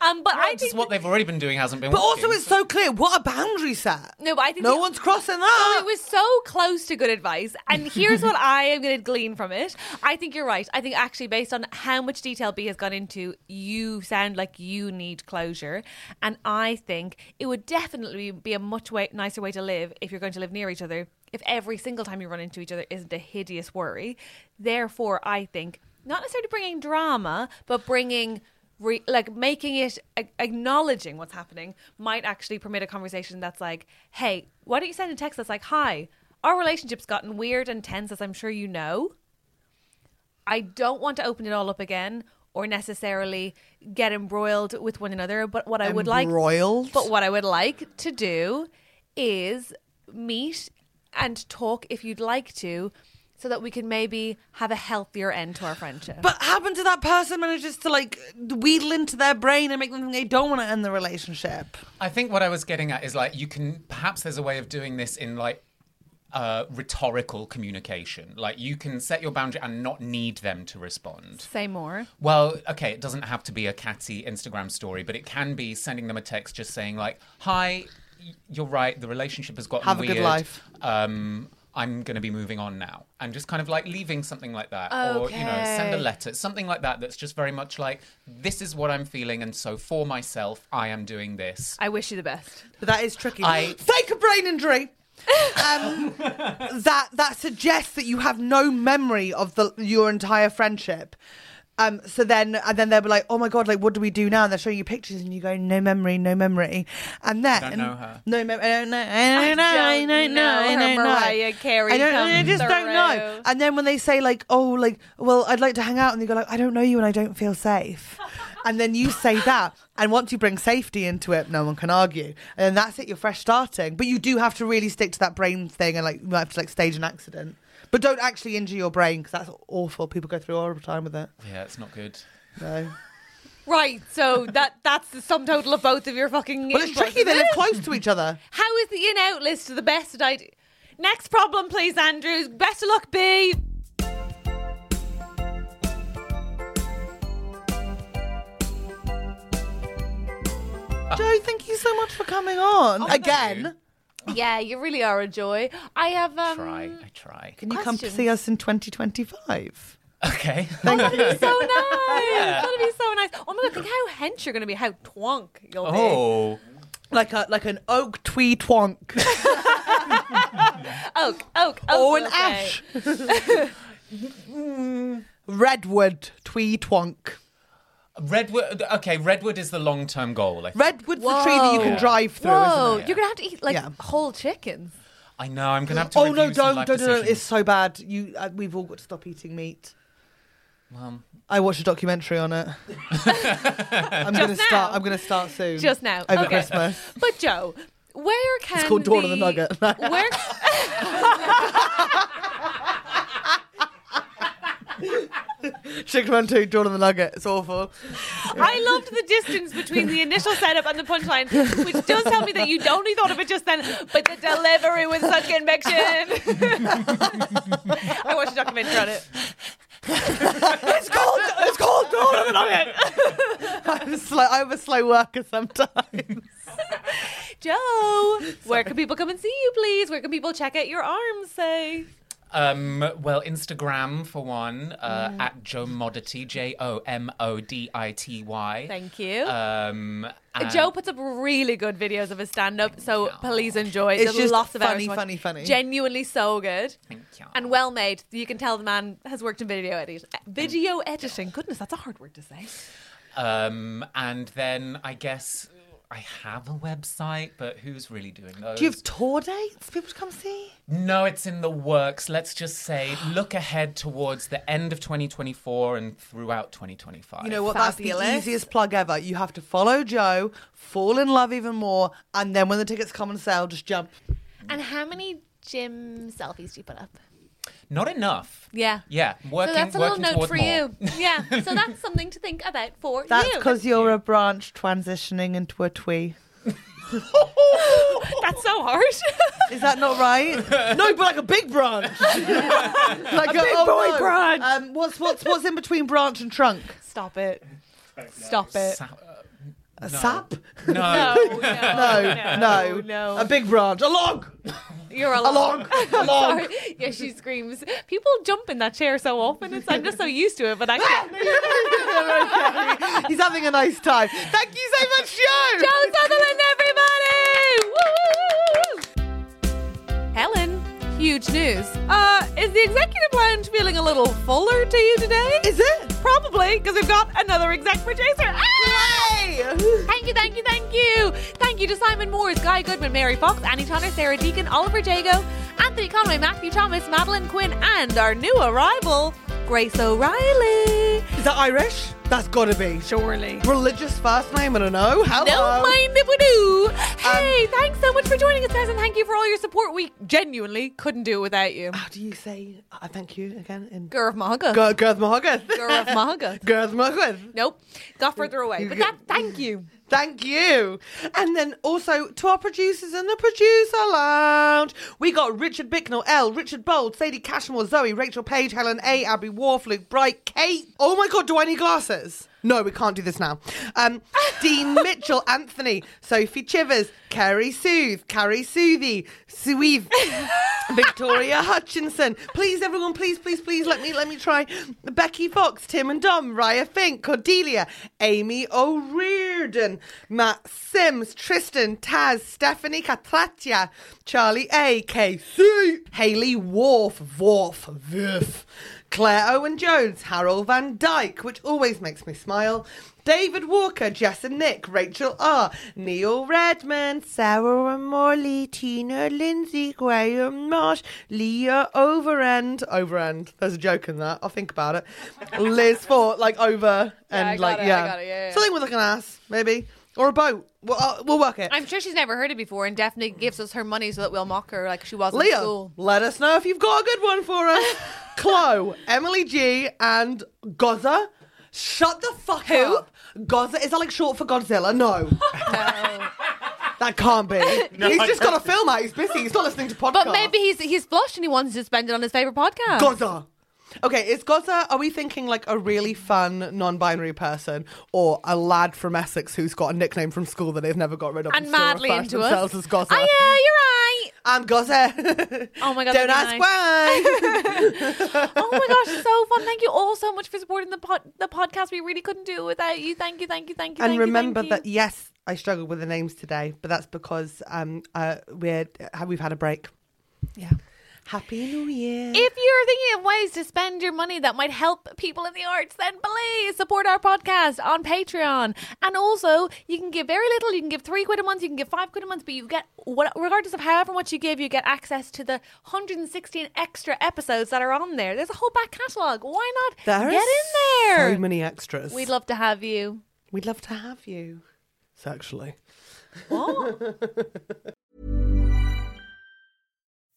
Speaker 1: Um, but I
Speaker 3: Just
Speaker 1: think
Speaker 3: what they've already been doing hasn't been
Speaker 2: But
Speaker 3: working.
Speaker 2: also, it's so clear. What a boundary set.
Speaker 1: No, but I think
Speaker 2: no
Speaker 1: the-
Speaker 2: one's crossing that.
Speaker 1: it was so close to good advice. And here's what I am going to glean from it. I think you're right. I think actually, based on how much detail B has gone into, you sound like you need closure. And I think it would definitely be a much way, nicer way to live if you're going to live near each other. If every single time you run into each other isn't a hideous worry. Therefore, I think not necessarily bringing drama, but bringing re- like making it a- acknowledging what's happening might actually permit a conversation that's like hey why don't you send a text that's like hi our relationship's gotten weird and tense as i'm sure you know i don't want to open it all up again or necessarily get embroiled with one another but what i would like
Speaker 2: Embroiled?
Speaker 1: but what i would like to do is meet and talk if you'd like to so that we can maybe have a healthier end to our friendship
Speaker 2: But happened to that person manages to like wheedle into their brain and make them think they don't want to end the relationship.
Speaker 3: I think what I was getting at is like you can perhaps there's a way of doing this in like uh, rhetorical communication. Like you can set your boundary and not need them to respond.
Speaker 1: say more
Speaker 3: Well, okay, it doesn't have to be a catty Instagram story, but it can be sending them a text just saying like, "Hi, y- you're right. The relationship has gotten
Speaker 2: Have a
Speaker 3: weird.
Speaker 2: good life."
Speaker 3: Um, I'm going to be moving on now," and just kind of like leaving something like that, or you know, send a
Speaker 1: Okay.
Speaker 3: letter, something like that. That's just very much like, "This is what I'm feeling, and so for myself, I am doing this."
Speaker 1: i wish you the best
Speaker 2: But that is tricky.
Speaker 3: I-
Speaker 2: Fake a brain injury. um, that that suggests that you have no memory of the your entire friendship. Um, so then, and then they'll be like, "Oh my god, like what do we do now?" And they're showing you pictures, and you go, "No memory, no memory." And then,
Speaker 3: don't know her.
Speaker 2: No memory. I don't know. I don't know. I
Speaker 1: don't
Speaker 2: don't know. I
Speaker 1: know her
Speaker 2: don't know.
Speaker 1: Mariah Carey
Speaker 2: I don't. I
Speaker 1: come
Speaker 2: just don't know.
Speaker 1: through.
Speaker 2: And then when they say like, "Oh, like, well, I'd like to hang out," and they go like, "I don't know you, and I don't feel safe," and then you say that, and once you bring safety into it, no one can argue, and then that's it. You're fresh starting, but you do have to really stick to that brain thing, and like you might have to like stage an accident. But don't actually injure your brain because that's awful. People go through all the time with it.
Speaker 3: Yeah, it's not good.
Speaker 2: No.
Speaker 1: Right, so that that's the sum total of both of your fucking.
Speaker 2: Well, it's
Speaker 1: inputs,
Speaker 2: tricky. They
Speaker 1: isn't
Speaker 2: live
Speaker 1: it?
Speaker 2: close to each other.
Speaker 1: How is the in out list the best idea? Next problem, please, Andrews. Best of luck, B.
Speaker 2: Joe, thank you so much for coming on again.
Speaker 1: Yeah, you really are a joy. I have. Um,
Speaker 3: Try, I try.
Speaker 2: Can you come to see us in 2025?
Speaker 3: Okay.
Speaker 1: That'd be so nice. That'd be so nice. Oh my god, think how hench you're gonna be, how twonk you'll
Speaker 3: oh,
Speaker 2: Like a like an oak twee twonk.
Speaker 1: be. Oak, oak, oak.
Speaker 2: Oh, an
Speaker 1: we'll say.
Speaker 2: ash. Mm. Redwood twee twonk.
Speaker 3: redwood. Okay, redwood is the long-term goal. I, think.
Speaker 2: Redwood's the tree that you can
Speaker 3: Whoa.
Speaker 2: drive through,
Speaker 1: Whoa,
Speaker 2: isn't it?
Speaker 1: you're gonna have to eat like
Speaker 2: Yeah.
Speaker 1: whole chickens.
Speaker 3: I know. I'm gonna have to.
Speaker 2: Oh no!
Speaker 3: review some
Speaker 2: Don't
Speaker 3: life
Speaker 2: don't, don't don't! It's
Speaker 3: decisions.
Speaker 2: so bad. You, uh, we've all got to stop eating meat.
Speaker 3: Mum.
Speaker 2: I watched a documentary on it. I'm gonna
Speaker 1: Just
Speaker 2: start.
Speaker 1: now?
Speaker 2: I'm gonna start soon.
Speaker 1: Just now.
Speaker 2: over
Speaker 1: okay.
Speaker 2: Christmas.
Speaker 1: But Joe, where can
Speaker 2: called Dawn of the Nugget.
Speaker 1: where
Speaker 2: Chicken Run Two, Dawn of the Nugget. It's awful.
Speaker 1: I loved the distance between the initial setup and the punchline, which does tell me that you only thought of it just then, but the delivery with such conviction. I watched a documentary on it.
Speaker 2: It's called. It's called Dawn of the Nugget. I'm, slow, I'm a slow worker sometimes.
Speaker 1: Joe, where can people come and see you, please? Where can people check out your arms? Say,
Speaker 3: Um, well, Instagram for one, uh,
Speaker 2: Mm.
Speaker 3: at Joe Modity, J O M O D I T Y.
Speaker 1: thank you. Uh,
Speaker 3: Um, and-
Speaker 1: Joe puts up really good videos of his stand-up, so please enjoy.
Speaker 2: It's
Speaker 1: There's
Speaker 2: just
Speaker 1: lots of hours
Speaker 2: funny,
Speaker 1: to watch.
Speaker 2: funny, funny.
Speaker 1: Genuinely so good
Speaker 3: Thank you.
Speaker 1: and well made. You can tell the man has worked in video editing. Video editing. Goodness, that's a hard word to say.
Speaker 3: Um, and then I guess I have a website, but who's really doing those?
Speaker 2: Do you have tour dates? People to come see.
Speaker 3: No, it's in the works. Let's just say, look ahead towards the end of 2024 and throughout 2025.
Speaker 2: You know what? That's the
Speaker 1: Fabulous.
Speaker 2: easiest plug ever. You have to follow Joe, fall in love even more, and then when the tickets come on sale, just jump.
Speaker 1: And how many gym selfies do you put up?
Speaker 3: Not enough.
Speaker 1: Yeah.
Speaker 3: Yeah. Working,
Speaker 1: so that's a little
Speaker 3: working
Speaker 1: note
Speaker 3: towards
Speaker 1: for
Speaker 3: more.
Speaker 1: you. Yeah. So that's something to think about for
Speaker 2: That's
Speaker 1: you.
Speaker 2: because you're a branch transitioning into a twee.
Speaker 1: that's so harsh.
Speaker 2: Is that not right? no, but like a big branch, like a, big boy branch. Um, what's what's what's in between branch and trunk?
Speaker 1: Stop it. Stop it.
Speaker 3: Sa- Oh. uh,
Speaker 2: A sap?
Speaker 3: no.
Speaker 1: No, no,
Speaker 2: No, no,
Speaker 1: no.
Speaker 2: A big branch, a log,
Speaker 1: You're a
Speaker 2: a log, a log.
Speaker 1: Sorry. Yeah, she screams. People jump in that chair so often. It's, I'm just so used to it, but I can't.
Speaker 2: He's having a nice time. Thank you so much, Joe.
Speaker 1: Joe Sutherland, everybody! Woo! Helen, huge news. Uh, is the executive lounge feeling a little fuller to you today?
Speaker 2: Is it?
Speaker 1: Probably, because we've got another exec producer. Ah! Thank you, thank you, thank you. Thank you to Simon Moores, Guy Goodman, Mary Fox, Annie Tanner, Sarah Deacon, Oliver Jago, Anthony Conway, Matthew Thomas, Madeline Quinn, and our new arrival, Grace O'Reilly.
Speaker 2: Is that Irish? That's gotta be.
Speaker 1: Surely.
Speaker 2: Religious first name, I don't know. Hello.
Speaker 1: Don't mind if we do. Hey, thanks so much for joining us, guys, and thank you for all your support. We genuinely couldn't do it without you.
Speaker 2: How do you say I thank you again in
Speaker 1: Gerv Mahaga.
Speaker 2: Ger- Gerth Mahogany?
Speaker 1: Gerv Mahaga.
Speaker 2: Gerth Mahogany.
Speaker 1: Nope, got further away. But that, thank you.
Speaker 2: Thank you. And then also to our producers in the producer lounge, we got Richard Bicknell, L, Richard Bold, Sadie Cashmore, Zoe, Rachel Page, Helen A, Abby Wharf, Luke Bright, Kate. Oh my God, do I need glasses? No, we can't do this now. Um, Dean Mitchell, Anthony, Sophie Chivers, Carrie Sooth, Carrie Soothie, Sueve, Victoria Hutchinson. Please, everyone, please, please, please, let me let me try. Becky Fox, Tim and Dom, Raya Fink, Cordelia, Amy O'Reardon, Matt Sims, Tristan, Taz, Stephanie Catratia, Charlie A, KC, Haley Wharf, Wharf, Wharf, Claire Owen Jones, Harold Van Dyke, which always makes me smile. David Walker, Jess and Nick, Rachel R, Neil Redmond, Sarah and Morley, Tina Lindsay, Graham Marsh, Leah Overend. Overend. There's a joke in that. I'll think about it. Liz Fort, like over
Speaker 1: Yeah, I
Speaker 2: and
Speaker 1: got
Speaker 2: like
Speaker 1: it, I
Speaker 2: yeah.
Speaker 1: got it, yeah, yeah.
Speaker 2: Something with like an ass, maybe. or a boat. We'll, uh, we'll work it.
Speaker 1: I'm sure she's never heard it before and definitely gives us her money so that we'll mock her like she was in
Speaker 2: Leo,
Speaker 1: school.
Speaker 2: let us know if you've got a good one for us. Chloe, Emily G, and Goza. Shut the fuck
Speaker 1: Who?
Speaker 2: up. Goza is that like short for Godzilla? No,
Speaker 1: No.
Speaker 2: that can't be. he's
Speaker 6: I
Speaker 2: just got a film out. He's busy. He's not listening to podcasts.
Speaker 1: But maybe he's he's flushed and he wants to spend it on his favorite podcast.
Speaker 2: Goza. Okay, is Goza? Are we thinking like a really fun non-binary person, or a lad from Essex who's got a nickname from school that they've never got rid of
Speaker 1: and
Speaker 2: still
Speaker 1: madly
Speaker 2: refers
Speaker 1: into
Speaker 2: themselves
Speaker 1: us.
Speaker 2: as Goza?
Speaker 1: Oh, yeah,
Speaker 2: I'm Goza.
Speaker 1: Oh my God,
Speaker 2: Don't
Speaker 1: that'd
Speaker 2: ask
Speaker 1: be nice.
Speaker 2: why.
Speaker 1: you're right. Oh my gosh, so fun! Thank you all so much for supporting the pod, the podcast. We really couldn't do it without you. Thank you, thank you, thank you.
Speaker 2: and
Speaker 1: thank you,
Speaker 2: remember
Speaker 1: thank
Speaker 2: that
Speaker 1: you.
Speaker 2: yes, I struggled with the names today, but that's because um uh, we're uh, we've had a break.
Speaker 1: Yeah.
Speaker 2: Happy New Year.
Speaker 1: If you're thinking of ways to spend your money that might help people in the arts, then please support our podcast on Patreon. And also, you can give very little. You can give three quid a month. You can give five quid a month. But you get, what, regardless of however much you give, you get access to the 116 extra episodes that are on there. There's a whole back catalogue. Why not
Speaker 2: There are
Speaker 1: get in there?
Speaker 2: So many extras.
Speaker 1: We'd love to have you.
Speaker 2: We'd love to have you. Sexually.